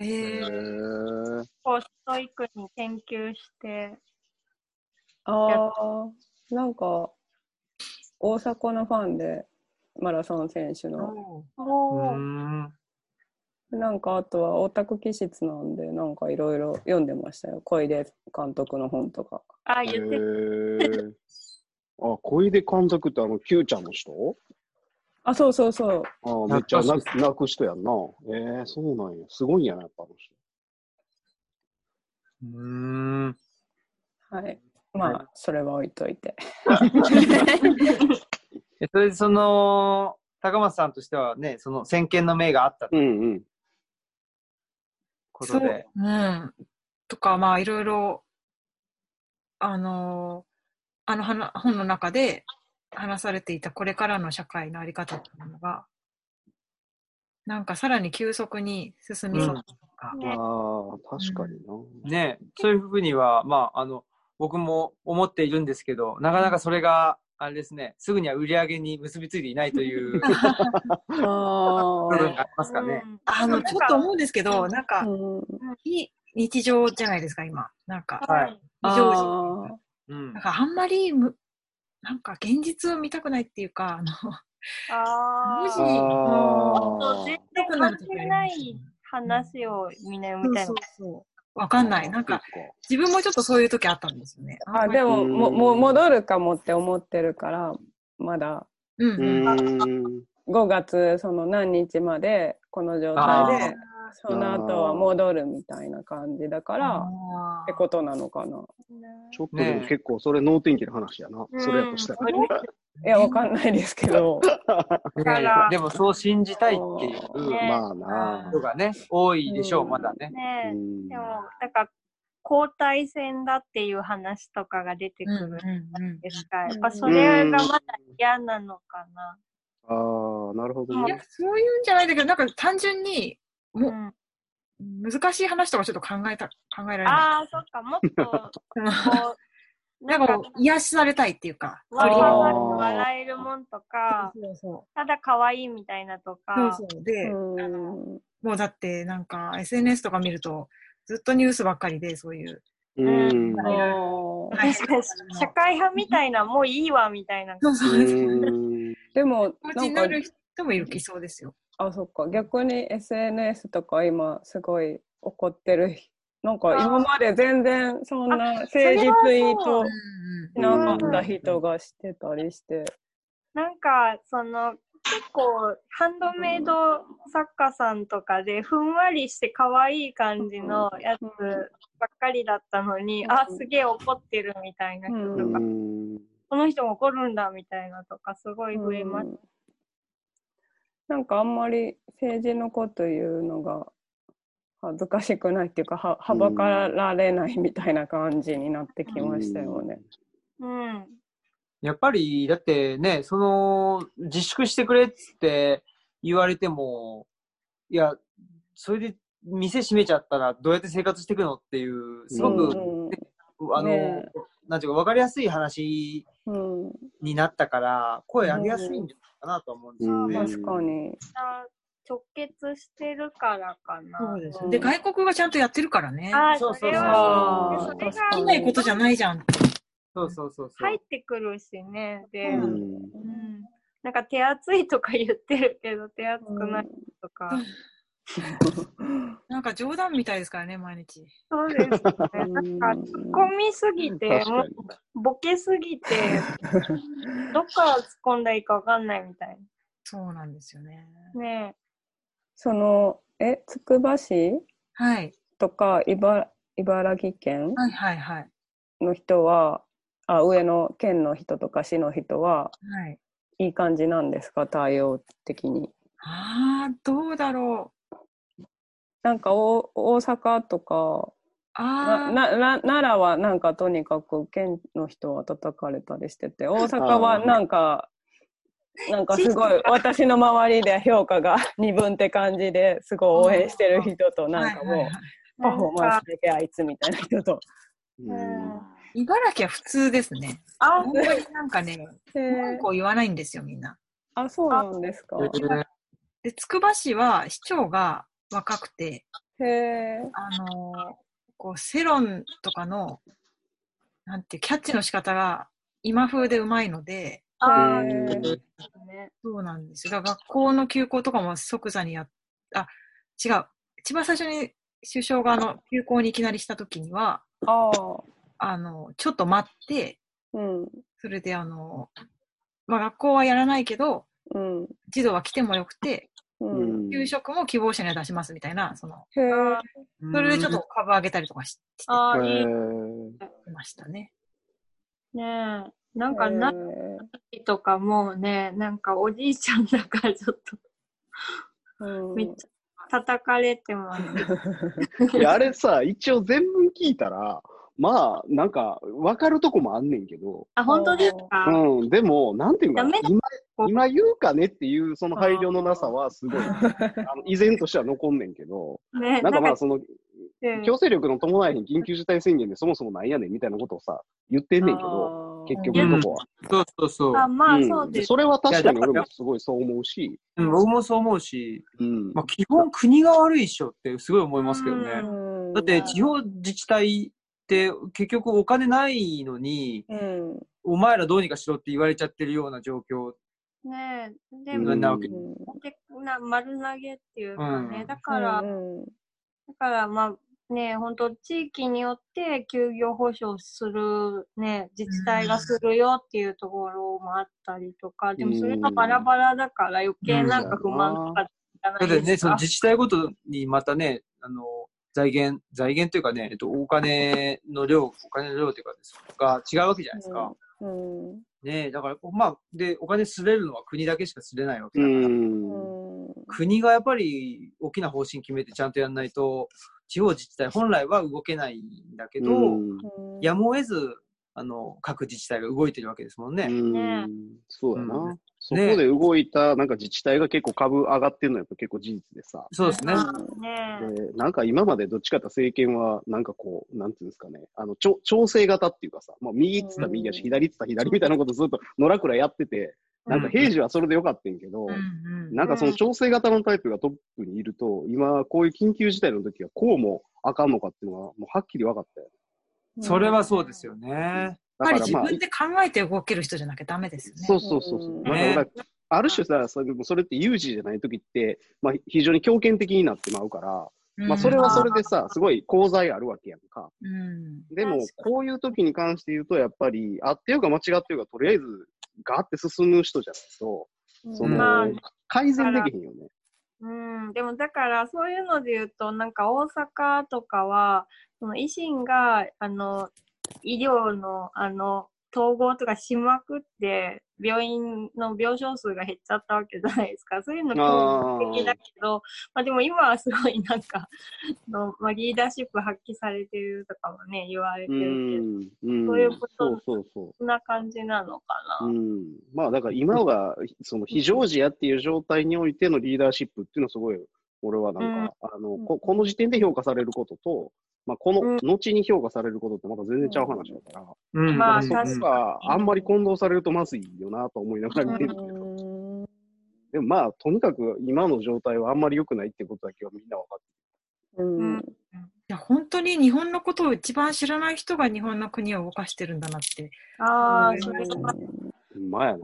[SPEAKER 2] え
[SPEAKER 4] へ
[SPEAKER 2] ー、
[SPEAKER 4] ー
[SPEAKER 1] こうストイックに研究して。
[SPEAKER 5] ー。ああ、なんか、大迫のファンで、マラソン選手の。
[SPEAKER 2] お
[SPEAKER 1] おー
[SPEAKER 3] ん。
[SPEAKER 5] なんか、あとはオタク気質なんで、なんかいろいろ読んでましたよ。小出監督の本とか。
[SPEAKER 1] あ、
[SPEAKER 4] へ
[SPEAKER 1] 言ってる。
[SPEAKER 4] ーあ、小出監督ってあの、キューちゃんの人
[SPEAKER 5] あ、そうそうそう。
[SPEAKER 4] あーめっちゃ泣く泣く人やんな。えー、そうなんや。すごいんやな、やっぱあの人。
[SPEAKER 3] うーん。
[SPEAKER 5] はい。まあ、それは置いといて。
[SPEAKER 3] えそれでその、高松さんとしてはね、その先見の明があったという
[SPEAKER 4] うんうん。
[SPEAKER 3] ことで。
[SPEAKER 2] うん。とか、まあ、いろいろ、あのーあの話本の中で話されていたこれからの社会のあり方っていうのが、なんかさらに急速に進みそうなのが、
[SPEAKER 1] ね
[SPEAKER 4] ああ、確かにな。
[SPEAKER 3] ね、そういうふうには、まあ、あの、僕も思っているんですけど、なかなかそれが、あれですね、すぐには売り上げに結びついていないという
[SPEAKER 5] あ
[SPEAKER 3] 部分がありますかね
[SPEAKER 1] う。ん
[SPEAKER 2] あの、ちょっと思うんですけど、なん
[SPEAKER 5] あ。
[SPEAKER 2] か、
[SPEAKER 5] うん。
[SPEAKER 2] 非日常じゃないですか、今。なんか、
[SPEAKER 3] はい。
[SPEAKER 2] 非
[SPEAKER 5] あ
[SPEAKER 2] 常時
[SPEAKER 5] ー
[SPEAKER 3] うん
[SPEAKER 2] なん。かあんまりむ、なんか現実を見たくないっていうか、あの、
[SPEAKER 1] あ
[SPEAKER 2] 無
[SPEAKER 1] ー
[SPEAKER 2] 事
[SPEAKER 1] そう全然関係ない話をみんなみたいな
[SPEAKER 2] そう。そう。わかんない。なんか、、自分もちょっとそういう時あったんですよね。
[SPEAKER 5] あ、でも、も、
[SPEAKER 4] うん
[SPEAKER 5] もう戻るかもって思ってるから、まだ、
[SPEAKER 2] うん
[SPEAKER 4] う
[SPEAKER 2] うん。
[SPEAKER 4] ーん。
[SPEAKER 5] 5月、その何日まで、この状態で、その後は戻るみたいな感じだから、
[SPEAKER 2] あ
[SPEAKER 5] ってことなのかな。
[SPEAKER 4] ちょっとでも結構、それ脳天気の話やな。
[SPEAKER 1] うん
[SPEAKER 4] それやとしたら。
[SPEAKER 5] いや、わかんないですけど。
[SPEAKER 3] ね
[SPEAKER 1] だから
[SPEAKER 3] でもそう信じたいっていう
[SPEAKER 5] う
[SPEAKER 1] ね
[SPEAKER 4] まあな
[SPEAKER 3] 人がね、多いでしょ
[SPEAKER 5] う
[SPEAKER 3] う、
[SPEAKER 5] ん
[SPEAKER 3] まだね。
[SPEAKER 4] あ。
[SPEAKER 1] ね
[SPEAKER 4] うん
[SPEAKER 1] でも、だから、交代戦だっていう話とかが出て
[SPEAKER 2] ー
[SPEAKER 1] く
[SPEAKER 2] うん
[SPEAKER 1] るん
[SPEAKER 2] うんうん。
[SPEAKER 1] ですから、
[SPEAKER 5] うん
[SPEAKER 1] やっぱそれがまだ嫌なのかな。
[SPEAKER 4] ああ、なるほど
[SPEAKER 2] いや
[SPEAKER 4] ね。、
[SPEAKER 2] そういうんじゃないんだけど、なんか単純に
[SPEAKER 1] う
[SPEAKER 2] も
[SPEAKER 1] ん、
[SPEAKER 2] 難しい話とかちょっと考えた、考えられない。
[SPEAKER 1] ああ、そっか、もっと、こう、
[SPEAKER 2] なんかこう、癒しされたいっていうか。
[SPEAKER 1] わー
[SPEAKER 4] あ
[SPEAKER 1] わ
[SPEAKER 4] ー
[SPEAKER 1] ー笑えるもんとか、
[SPEAKER 2] そうそう。
[SPEAKER 1] ただ可愛いみたいなとか、
[SPEAKER 2] そうそう。で、
[SPEAKER 5] うん。
[SPEAKER 2] もうだってなんか SNS とか見ると、ずっとニュースばっかりで、そういう。
[SPEAKER 4] うん。
[SPEAKER 2] あ
[SPEAKER 5] あ
[SPEAKER 2] ー
[SPEAKER 5] ー
[SPEAKER 1] なんか社会派みたいな、もういいわみたいな。
[SPEAKER 2] そうそうう。
[SPEAKER 4] ん
[SPEAKER 5] でも、
[SPEAKER 2] 気持
[SPEAKER 5] な
[SPEAKER 2] ちに
[SPEAKER 5] ん
[SPEAKER 2] な
[SPEAKER 5] か、
[SPEAKER 2] る人もいるいそうですよ。
[SPEAKER 5] あ、そっか。逆に SNS とか今すごい怒ってる人。なんか今まで全然そんな
[SPEAKER 1] あ
[SPEAKER 5] 誠
[SPEAKER 1] それは
[SPEAKER 5] 実ツイー
[SPEAKER 1] そう
[SPEAKER 5] トしなかった人がしてたりして。
[SPEAKER 1] なんか、その、結構、ハンドメイド作家さんとかで、ふんわりして可愛い感じのやつばっかりだったのに、
[SPEAKER 5] うん
[SPEAKER 1] あ、すげえ怒ってるみたいな人とか、
[SPEAKER 5] う
[SPEAKER 1] この人も怒るんだみたいなとか、すごい増えます。
[SPEAKER 5] うんなんかあんまり政治のこと言うのが恥ずかしくないっていうかははばかられないみたいな感じになってきましたよね。
[SPEAKER 1] うん。
[SPEAKER 3] やっぱり、だってね、その、自粛してくれっつって言われても、いや、それで店閉めちゃったらどうやって生活していくのっていう、すごく、
[SPEAKER 5] うん
[SPEAKER 3] あの、
[SPEAKER 5] ね
[SPEAKER 3] なんていうか分かりやすい話
[SPEAKER 5] うんうん
[SPEAKER 3] になったから、声上げやすいんじゃないかなとは思うんですよね。
[SPEAKER 4] うん
[SPEAKER 5] 確かに。
[SPEAKER 1] 直結してるからかな。
[SPEAKER 2] そうです
[SPEAKER 5] うん
[SPEAKER 2] で、外国がちゃんとやってるからね。
[SPEAKER 1] あー
[SPEAKER 3] そうそうそう
[SPEAKER 1] れは
[SPEAKER 5] あ
[SPEAKER 1] そ
[SPEAKER 5] ー
[SPEAKER 1] れ
[SPEAKER 5] 確
[SPEAKER 1] が
[SPEAKER 5] か
[SPEAKER 2] でき
[SPEAKER 5] に
[SPEAKER 2] ないことじゃないじゃん。
[SPEAKER 3] そうそうそうそう。
[SPEAKER 1] 入ってくるしね。で、
[SPEAKER 2] う
[SPEAKER 1] うんんなんか手厚いとか言ってるけど、手厚くないとか。
[SPEAKER 2] なんか冗談みたいですからね、毎日。
[SPEAKER 1] そうですね。なんか、突っ込みすぎて、
[SPEAKER 4] 確
[SPEAKER 1] も
[SPEAKER 4] か
[SPEAKER 1] うボケすぎ て、どっから突っ込んだらいいかわかんないみたい
[SPEAKER 2] そうなんですよね。
[SPEAKER 1] な。ね
[SPEAKER 5] そのえつくば市
[SPEAKER 2] はい。
[SPEAKER 5] とか茨茨城県
[SPEAKER 2] はいはいはい。
[SPEAKER 5] の人はあ上の県の人とか市の人は
[SPEAKER 2] はい。
[SPEAKER 5] いい感じなんですか対応的に。
[SPEAKER 2] ああ、どうだろう。
[SPEAKER 5] なんかお大阪とか
[SPEAKER 2] あ
[SPEAKER 5] な
[SPEAKER 2] あ、
[SPEAKER 5] なな奈良はなんかとにかく県の人は叩かれたりしてて大阪はなんかなんかすごい私の周りで評価が 二分って感じですごい応援してる人となんか
[SPEAKER 2] はいはいは
[SPEAKER 5] もう
[SPEAKER 1] な
[SPEAKER 5] パ
[SPEAKER 1] ん
[SPEAKER 5] フォーマン
[SPEAKER 1] か
[SPEAKER 5] ス、だけあいつみたいな人と。
[SPEAKER 1] うん。
[SPEAKER 2] い茨城は普通ですね。
[SPEAKER 1] あ
[SPEAKER 2] 本、当になんかね、
[SPEAKER 5] へー
[SPEAKER 2] 文句を言わないんですよ、みんな。
[SPEAKER 5] あそうなんですか。
[SPEAKER 2] で、つくば市は市長が若くて、
[SPEAKER 5] へえ。
[SPEAKER 2] あのーこう、世論とかの、なんていう、キャッチの仕方が今風でうまいので、
[SPEAKER 1] あー、
[SPEAKER 4] うん
[SPEAKER 5] へー
[SPEAKER 1] ね。
[SPEAKER 2] そうなんですよ。だから学校の休校とかも即座にやっ、あ、違う。一番最初に首相があの休校にいきなりした時には、
[SPEAKER 5] ああ。
[SPEAKER 2] あの、ちょっと待って、
[SPEAKER 5] うん。
[SPEAKER 2] それであの、まあ学校はやらないけど、
[SPEAKER 5] うん。
[SPEAKER 2] 児童は来てもよくて、
[SPEAKER 5] うん。
[SPEAKER 2] 給食も希望者には出しますみたいな、その、
[SPEAKER 5] へえ。
[SPEAKER 3] うん
[SPEAKER 2] それでちょっと株上げたりとかしして
[SPEAKER 1] あーいい
[SPEAKER 2] ましたね。
[SPEAKER 1] ねえ。なんか、
[SPEAKER 5] な
[SPEAKER 1] なきとかもうね、なんかおじいちゃんだからちょっとめっちゃ叩かれてます。
[SPEAKER 4] いやあれさ、一応全文聞いたら、まあ、なんか、わかるとこもあんねんけど、
[SPEAKER 1] あ、本当ですか
[SPEAKER 4] うん、でも、なんていうかな
[SPEAKER 1] ダメだ
[SPEAKER 4] 今、今言うかねっていう、その配慮のなさは、すごい、あの依然としては残んねんけど、
[SPEAKER 1] ね
[SPEAKER 4] なんか
[SPEAKER 1] な
[SPEAKER 4] まあ、
[SPEAKER 1] んか
[SPEAKER 4] その、
[SPEAKER 1] うん
[SPEAKER 4] 強制力の伴いへん緊急事態宣言でそもそもなんやねんみたいなことをさ、言ってんねんけど、結局のとこは。
[SPEAKER 3] そうそうそう。
[SPEAKER 1] あ、まあ
[SPEAKER 4] ん
[SPEAKER 1] そうです。
[SPEAKER 4] それは確かに俺もすごいそう思うし、
[SPEAKER 3] うん、僕もそう思うし、
[SPEAKER 4] うん
[SPEAKER 3] まあ、基本国が悪いっしょってすごい思いますけどね。
[SPEAKER 1] う
[SPEAKER 3] だって地方自治体って結局お金ないのに、
[SPEAKER 5] うん。
[SPEAKER 3] お前らどうにかしろって言われちゃってるような状況
[SPEAKER 1] ねえ。で
[SPEAKER 4] う
[SPEAKER 1] も、
[SPEAKER 4] ん
[SPEAKER 3] なわけ
[SPEAKER 5] う。ん
[SPEAKER 1] でな丸投げっていうかね、
[SPEAKER 3] うん
[SPEAKER 1] だから、
[SPEAKER 5] うんうん
[SPEAKER 1] だからまあね本当地域によって休業保障するね自治体がするよっていうところもあったりとか、でもそれがバラバラだから余計なんか不満とかじゃな
[SPEAKER 3] だ
[SPEAKER 1] い
[SPEAKER 3] ってね、
[SPEAKER 1] です
[SPEAKER 3] そ
[SPEAKER 1] か。
[SPEAKER 3] の自治体ごとにまたね、あの、財源、財源というかね、えっと、お金の量、お金の量というかです、が違うわけじゃないですか。
[SPEAKER 5] うん
[SPEAKER 3] ねだから、まあ、で、お金すれるのは国だけしかすれないわけ
[SPEAKER 4] う
[SPEAKER 3] だから、
[SPEAKER 4] ん。
[SPEAKER 5] うん
[SPEAKER 3] 国がやっぱり大きな方針決めてちゃんとやんないと、地方自治体本来は動けないんだけど、
[SPEAKER 4] うん
[SPEAKER 5] うん
[SPEAKER 3] やむを得ず、あの、各自治体が動いてるわけですもんね。
[SPEAKER 4] うんそうや
[SPEAKER 3] う
[SPEAKER 4] な。そこで動いた、なんか自治体が結構株上がってるのはやっぱ結構事実でさ。
[SPEAKER 3] そうですね。
[SPEAKER 1] ねえ
[SPEAKER 4] で、なんか今までどっちかっていうと政権は、なんかこう、なんていうんですかね、あの、ちょ調整型っていうかさ、まあ右っつったら右やし、
[SPEAKER 5] うん
[SPEAKER 4] 左っつったら左みたいなことずっと野良倉やってて、なんか平時はそれでよかったんやけど、
[SPEAKER 2] うんうん。
[SPEAKER 4] なんかその調整型のタイプがトップにいると、今こういう緊急事態の時はこうもあかんのかっていうのは、もうはっきり分かったよ。
[SPEAKER 3] それはそうですよね。
[SPEAKER 2] やっぱり
[SPEAKER 4] だから
[SPEAKER 2] 自
[SPEAKER 4] まあ、
[SPEAKER 2] 分で考えて動ける人じゃなきゃダメですよね。
[SPEAKER 4] そうそうそうそう。
[SPEAKER 5] うん
[SPEAKER 4] なんか俺
[SPEAKER 3] ね
[SPEAKER 4] らある種さ、それそれって有事じゃない時って、まあ、非常に強権的になってまうから、まあ、それはそれでさ、すごい功罪あるわけやんか。
[SPEAKER 2] うん。
[SPEAKER 4] でも
[SPEAKER 1] 確、
[SPEAKER 4] こういう時に関して言うと、やっぱり、あっていうか間違っていうか、とりあえず、ガーって進む人じゃないと、その、
[SPEAKER 1] まあ
[SPEAKER 4] 改善できへんよね。
[SPEAKER 1] うん、でもだからそういうので言うとなんか大阪とかはその維新があの医療のあの統合とかしまくって病院の病床数が減っちゃったわけじゃないですかそういうの
[SPEAKER 4] あー
[SPEAKER 1] 攻撃的だけどまあ、でも今はすごいなんかあの、まあ、リーダーシップ発揮されてるとかもね言われて
[SPEAKER 4] う
[SPEAKER 1] るけど
[SPEAKER 4] ん。うん。
[SPEAKER 1] そういうこと
[SPEAKER 4] そうそうそ
[SPEAKER 1] そんな感じなのか
[SPEAKER 4] う。
[SPEAKER 1] な。
[SPEAKER 4] うん。まあ、だから今は、その、非常時やっていう状態においてのリーダーシップっていうのはすごい、俺はなんか、あのこ、この時点で評価されることと、まあ、こ
[SPEAKER 1] うん
[SPEAKER 4] の、後に評価されることってまた全然ちゃう話だから、
[SPEAKER 3] うん
[SPEAKER 1] まあ
[SPEAKER 4] だからそこがあんまり混同されるとまずいよなと思いながら見てるけど、
[SPEAKER 5] うん
[SPEAKER 4] でもまあ、とにかく今の状態はあんまり良くないってことだけはみんな分かっ
[SPEAKER 5] うん
[SPEAKER 1] うん
[SPEAKER 2] いや、本当に日本のことを一番知らない人が日本の国を動かしてるんだなって。
[SPEAKER 1] ああ、
[SPEAKER 2] うん
[SPEAKER 1] それは
[SPEAKER 4] てる。まあやな。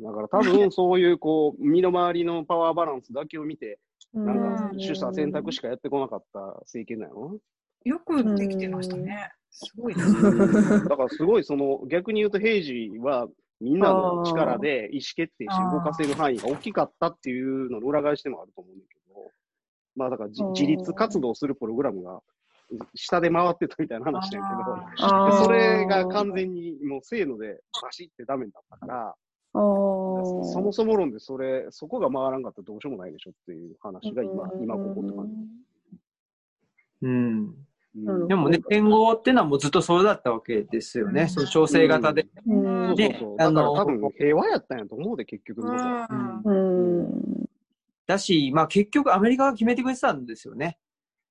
[SPEAKER 4] だから多分そういうこう、身の回りのパワーバランスだけを見て、なんか
[SPEAKER 1] う
[SPEAKER 4] 取捨選択しかやってこなかった政権だよ
[SPEAKER 2] よくできてましたね。すごいです
[SPEAKER 4] な。
[SPEAKER 2] ね。
[SPEAKER 4] うんだからすごいその、逆に言うと平時はみんなの力で意思決定して動かせる範囲が大きかったっていうのの裏返しでもあると思うんだけど、まあだからじ
[SPEAKER 5] あー
[SPEAKER 4] 自立活動するプログラムが下で回ってたみたいな話だけど、
[SPEAKER 5] あ
[SPEAKER 4] で
[SPEAKER 5] ー
[SPEAKER 4] それが完全にもうせーのでバシってダメになったから、
[SPEAKER 5] あー
[SPEAKER 4] そもそも論でそれ、そこが回らんかったらどうしようもないでしょっていう話が今、今ここって感
[SPEAKER 3] うん
[SPEAKER 5] う
[SPEAKER 4] じ。
[SPEAKER 5] ん
[SPEAKER 3] でもね、連合ってのはもうずっとそれだったわけですよ
[SPEAKER 2] う
[SPEAKER 3] ね。
[SPEAKER 2] ん
[SPEAKER 3] その調整型で。
[SPEAKER 5] う
[SPEAKER 4] そ
[SPEAKER 5] ん
[SPEAKER 4] うそうそう。
[SPEAKER 3] ね
[SPEAKER 4] だから
[SPEAKER 3] あの
[SPEAKER 4] 多分平和やったんやと思うで、結局のところ
[SPEAKER 1] うん
[SPEAKER 5] うん
[SPEAKER 3] だし、まあ結局アメリカが決めてくれてたんですよね。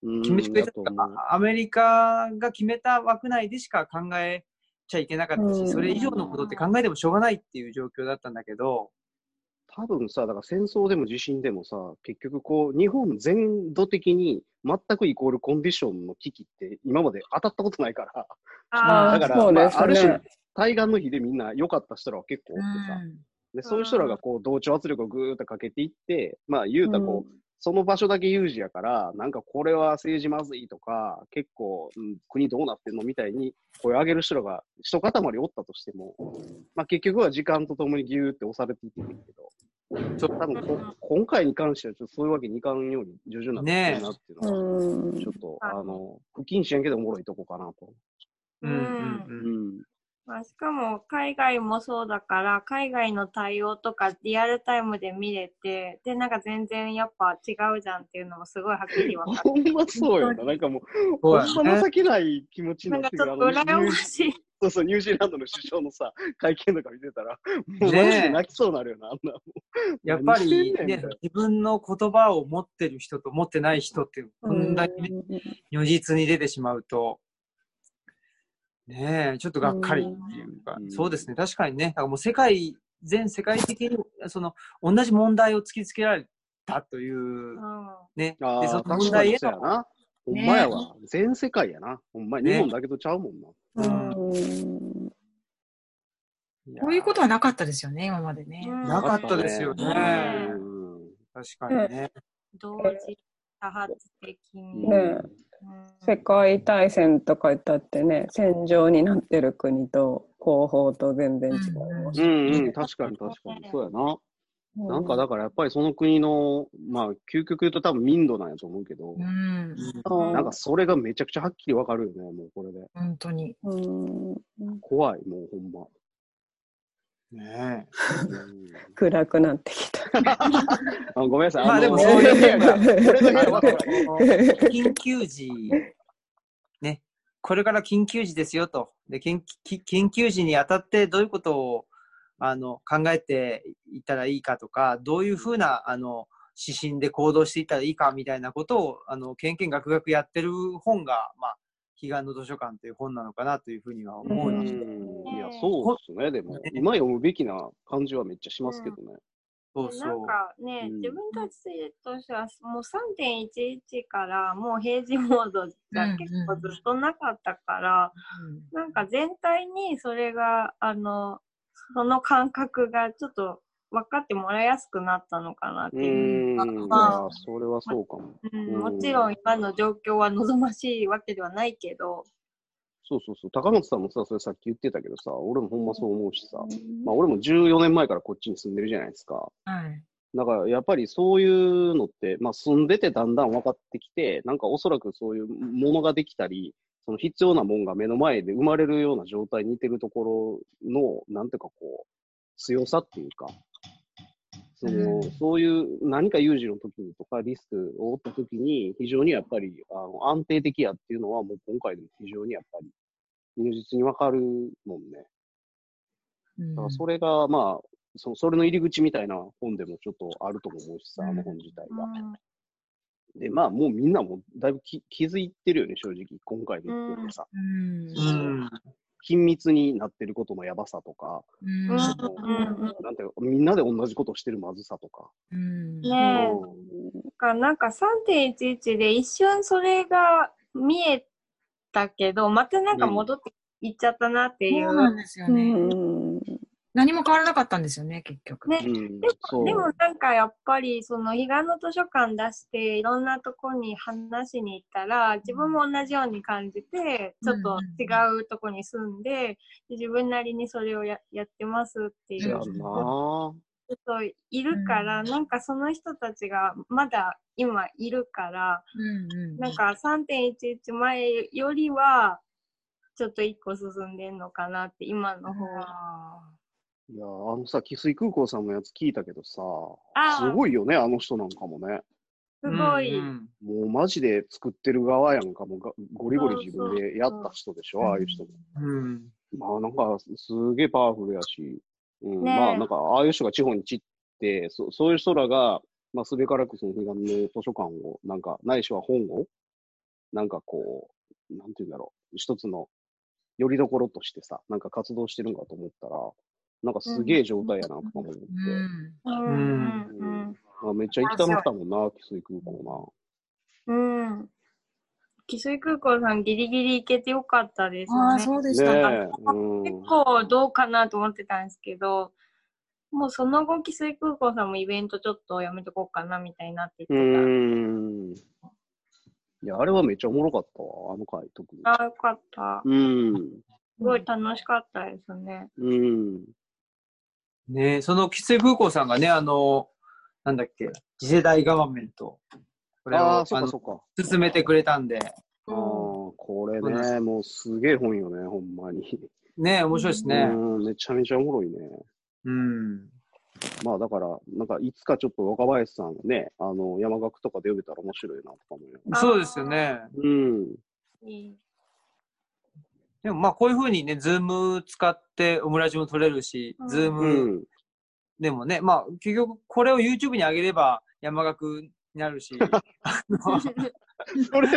[SPEAKER 4] うん
[SPEAKER 3] 決めてくれてた
[SPEAKER 4] だと思う
[SPEAKER 3] アメリカが決めた枠内でしか考えちゃいけなかった
[SPEAKER 5] う
[SPEAKER 3] し、
[SPEAKER 5] ん
[SPEAKER 3] それ以上のことって考えてもしょうがないっていう状況だったんだけど、
[SPEAKER 4] 多分さ、だから戦争でも地震でもさ、結局こう、日本全土的に全くイコールコンディションの危機って今まで当たったことないから、
[SPEAKER 1] あ
[SPEAKER 5] あ
[SPEAKER 1] あ
[SPEAKER 4] だ
[SPEAKER 5] ー
[SPEAKER 4] から、
[SPEAKER 5] そう
[SPEAKER 4] ま
[SPEAKER 5] ですね
[SPEAKER 4] あ、ある種、対岸の日でみんな良かった人らは結構多くてさ、で、そういう人らがこう、同調圧力をぐーっとかけていって、まあ、言うたらこう、その場所だけ有事やから、なんかこれは政治まずいとか、結構、うん国どうなってんのみたいに声上げる人らが一塊おったとしても、まあ結局は時間とともにギューって押されていってるけど、
[SPEAKER 3] そ
[SPEAKER 4] 多分こ今回に関してはちょっとそういうわけにいかんように徐々になってきてるなっていう
[SPEAKER 5] う
[SPEAKER 4] のは、
[SPEAKER 5] ん
[SPEAKER 4] ちょっと、
[SPEAKER 1] はい
[SPEAKER 4] あの、不謹慎やけどおもろいとこかなと。
[SPEAKER 1] うん
[SPEAKER 4] う。ん。
[SPEAKER 1] まあ、しかも海外もそうだから海外の対応とかリアルタイムで見れてでなんか全然やっぱ違うじゃんっていうのもすごいはっきり 分かる。
[SPEAKER 4] ほんまそうよな。なんかもう、
[SPEAKER 3] そう
[SPEAKER 4] ほ
[SPEAKER 3] やね
[SPEAKER 4] んま情けない気持ちに
[SPEAKER 1] な
[SPEAKER 4] なんっ
[SPEAKER 1] か
[SPEAKER 4] て
[SPEAKER 1] ち
[SPEAKER 4] くる。
[SPEAKER 1] ょっと
[SPEAKER 4] あの
[SPEAKER 1] 羨まし い。
[SPEAKER 4] そうそう、ニュージーランドの首相のさ、 会見とか見てたら、もう
[SPEAKER 3] ねえ
[SPEAKER 4] マジで泣きそうになるよな、あんな。
[SPEAKER 3] やっぱ
[SPEAKER 4] 何して
[SPEAKER 3] り
[SPEAKER 4] んねんみ
[SPEAKER 3] ね
[SPEAKER 4] たいな、
[SPEAKER 3] 自分の言葉を持ってる人と持ってない人って、こんなに如実に出てしまうと、ねえ、ちょっとがっかりっていうか、
[SPEAKER 4] うん
[SPEAKER 3] そうですね、確かにね、だからもう世界、全世界的に、その、同じ問題を突きつけられたという
[SPEAKER 1] う、ん
[SPEAKER 3] ね、
[SPEAKER 4] あ
[SPEAKER 3] で、そ
[SPEAKER 4] あ、
[SPEAKER 3] の
[SPEAKER 4] 確
[SPEAKER 3] 問
[SPEAKER 4] か
[SPEAKER 3] 題
[SPEAKER 4] に
[SPEAKER 3] へ
[SPEAKER 4] そうや
[SPEAKER 3] の、
[SPEAKER 4] な。ほんまやわ。全世界やな。ほんまや、
[SPEAKER 3] ね
[SPEAKER 4] 日本だけとちゃうもんな。
[SPEAKER 5] うん
[SPEAKER 2] こういうことはなかったですよね、今までね。
[SPEAKER 1] うん
[SPEAKER 3] なかったですよね
[SPEAKER 1] ね
[SPEAKER 4] うん
[SPEAKER 3] 確かにね。
[SPEAKER 1] 同時多発的に。
[SPEAKER 5] ねえ
[SPEAKER 1] うん
[SPEAKER 5] 世界大戦とか言ったってね戦場になってる国と後方と全然違います
[SPEAKER 4] う
[SPEAKER 5] し、
[SPEAKER 4] んうん、確かに確かに。そうやな。
[SPEAKER 5] う
[SPEAKER 4] なんかだからやっぱりその国の、まあ、究極言うと多分民度なんやと思うけど
[SPEAKER 2] う、ん。
[SPEAKER 5] うん
[SPEAKER 4] なんかそれがめちゃくちゃはっきりわかるよね、もうこれで。
[SPEAKER 2] 本当に。
[SPEAKER 5] うん
[SPEAKER 4] 怖い、もうほんま。
[SPEAKER 3] ねえ
[SPEAKER 4] うん
[SPEAKER 5] 暗くなってきた。
[SPEAKER 4] あごめんなさい。
[SPEAKER 3] まあ
[SPEAKER 4] の
[SPEAKER 3] でもそういう部屋が
[SPEAKER 4] 俺の部屋は
[SPEAKER 3] あの緊急時、ね、これから緊急時ですよと。で、緊緊緊急時にあたってどういうことをあの考えていったらいいかとか、どういうふうなあの指針で行動していったらいいかみたいなことを、あの、けんけんがくがくやってる本が、まあ、彼岸の図書館という本なのかなというふうには思
[SPEAKER 4] う
[SPEAKER 3] うの
[SPEAKER 4] ん
[SPEAKER 3] で、
[SPEAKER 4] いや、そうっすね、でも。今読むべきな感じはめっちゃしますけどね。
[SPEAKER 3] そう
[SPEAKER 1] ね
[SPEAKER 3] そ
[SPEAKER 1] なん
[SPEAKER 3] う。
[SPEAKER 1] かね、
[SPEAKER 4] うん
[SPEAKER 1] 自分たちとしてはもう3.11からもう平時モードじ
[SPEAKER 2] うんう
[SPEAKER 1] ゃ
[SPEAKER 2] ん
[SPEAKER 1] 結構ずっとなかったから、なんか全体にそれが、あの、その感覚がちょっと分かってもらいやすくなったのかなって
[SPEAKER 4] う
[SPEAKER 1] いうのが
[SPEAKER 4] ん。
[SPEAKER 1] まあ
[SPEAKER 4] ああ、それはそうかも。
[SPEAKER 1] うん、もちろん今の状況は望ましいわけではないけど、
[SPEAKER 4] そうそうそう。高松さんもさ、それさっき言ってたけどさ、俺もほんまそう思うしさ。まあ俺も14年前からこっちに住んでるじゃないですか。
[SPEAKER 2] はい。
[SPEAKER 4] だからやっぱりそういうのって、まあ住んでてだんだん分かってきて、なんかおそらくそういうものができたり、その必要なもんが目の前で生まれるような状態に似てるところの、なんていうかこう、強さっていうか、その、
[SPEAKER 2] うん
[SPEAKER 4] そういう何か有事の時にとかリスクを負った時に非常にやっぱりあの安定的やっていうのはもう今回でも非常にやっぱり入実にわかるもんね。
[SPEAKER 2] うん
[SPEAKER 4] だからそれが、まあ、そのそれの入り口みたいな本でもちょっとあるとも思うしさ、
[SPEAKER 2] うん
[SPEAKER 4] あの本自体
[SPEAKER 1] う
[SPEAKER 4] が。
[SPEAKER 1] ん
[SPEAKER 4] で、まあ、もうみんなもだいぶき気づいてるよね、正直。今回のっていうのさ、
[SPEAKER 2] うん。
[SPEAKER 4] う
[SPEAKER 3] うん
[SPEAKER 4] ん。緊密になってることのやばさとか、
[SPEAKER 2] うん
[SPEAKER 4] その
[SPEAKER 1] うんうん
[SPEAKER 4] なんていうかみんなで同じことをしてるまずさとか。
[SPEAKER 2] うん
[SPEAKER 1] ねえかなんか3.11で一瞬それが見えたけどまたなんか戻っていっちゃったなってい
[SPEAKER 2] そう
[SPEAKER 1] う、
[SPEAKER 2] なんですよ
[SPEAKER 5] う
[SPEAKER 2] ね。
[SPEAKER 5] ん
[SPEAKER 2] 何も変わらなかったんですよね、結局。
[SPEAKER 1] ね
[SPEAKER 4] うん、そう。
[SPEAKER 1] でもなんかやっぱりその彼岸の図書館出していろんなとこに話しに行ったら自分も同じように感じてちょっと違うとこに住んで自分なりにそれをややってますっていう
[SPEAKER 4] せやんな
[SPEAKER 1] ちょっといるから、
[SPEAKER 2] うん
[SPEAKER 1] なんかその人たちがまだ今いるから、
[SPEAKER 2] うんうん。
[SPEAKER 1] なんか3.11前よりは、ちょっと一個進んでんのかなって、今の方が。
[SPEAKER 4] いや、あのさ、汽水空港さんのやつ聞いたけどさ、
[SPEAKER 1] あ
[SPEAKER 4] す
[SPEAKER 1] ー
[SPEAKER 4] ごいよね、あの人なんかもね。
[SPEAKER 1] すごい。
[SPEAKER 3] うんうん
[SPEAKER 4] もうマジで作ってる側やんか、もうがゴリゴリ自分でやった人でしょ、ああいう人も。
[SPEAKER 3] うん
[SPEAKER 4] まあなんかすすげえパワフルやし、うん
[SPEAKER 1] ねえ
[SPEAKER 4] まあなんかああいう人が地方に散って、そそういう人らが、まあすべからくその彼岸の図書館を、なんかないしは本を、なんかこう、なんて言うんだろう、一つの拠り所としてさ、なんか活動してるんかと思ったら、なんかすげえ状態やなとかも思って、
[SPEAKER 2] うん。
[SPEAKER 1] うんうん
[SPEAKER 4] まあ、めっちゃ行きたなったもんな、汽水空港
[SPEAKER 1] うん。うん。汽水空港さんギリギリ行けてよかったです
[SPEAKER 2] あ
[SPEAKER 1] よ
[SPEAKER 2] あ、
[SPEAKER 1] ね。
[SPEAKER 2] そうで
[SPEAKER 4] な。
[SPEAKER 2] したか。
[SPEAKER 4] ねえ、うん。
[SPEAKER 1] 結構どうかなと思ってたんですけど、もうその後、汽水空港さんもイベントちょっとやめとこうかなみたいになって
[SPEAKER 4] う
[SPEAKER 1] 言ってた。
[SPEAKER 4] ーん。いや、あれはめっちゃおもろかったわ、あの回、特に。
[SPEAKER 1] ああ、よかった。
[SPEAKER 4] うーん。
[SPEAKER 1] すごい楽しかったですね。
[SPEAKER 4] うーん。
[SPEAKER 3] ねその吉水空港さんがね、あの、なんだっけ、次世代ガバメント、これ
[SPEAKER 4] あ
[SPEAKER 3] を
[SPEAKER 4] あ、そっ
[SPEAKER 3] あ
[SPEAKER 4] か
[SPEAKER 3] の
[SPEAKER 4] そっか。
[SPEAKER 3] 進めてくれたんで、
[SPEAKER 4] ああー、これ
[SPEAKER 3] そうなんで
[SPEAKER 4] ね、もうすげえ本よね、ほんまに。
[SPEAKER 3] ね面白いですね。
[SPEAKER 4] うーん、めちゃめちゃおもろいね。
[SPEAKER 3] うん。
[SPEAKER 4] まあだから、なんかいつかちょっと若林さんね、あの、山岳とかで呼べたら面白いなとかもね。
[SPEAKER 3] そうですよね。
[SPEAKER 4] うん。
[SPEAKER 1] いい
[SPEAKER 3] でもまあこういうふうにね、ズーム使ってオムラジも撮れるし
[SPEAKER 1] う、ん
[SPEAKER 3] ズー
[SPEAKER 4] う
[SPEAKER 3] ム
[SPEAKER 4] ん。
[SPEAKER 3] でもね、まあ結局これを YouTube に上げれば山岳になる し、あの
[SPEAKER 4] それ、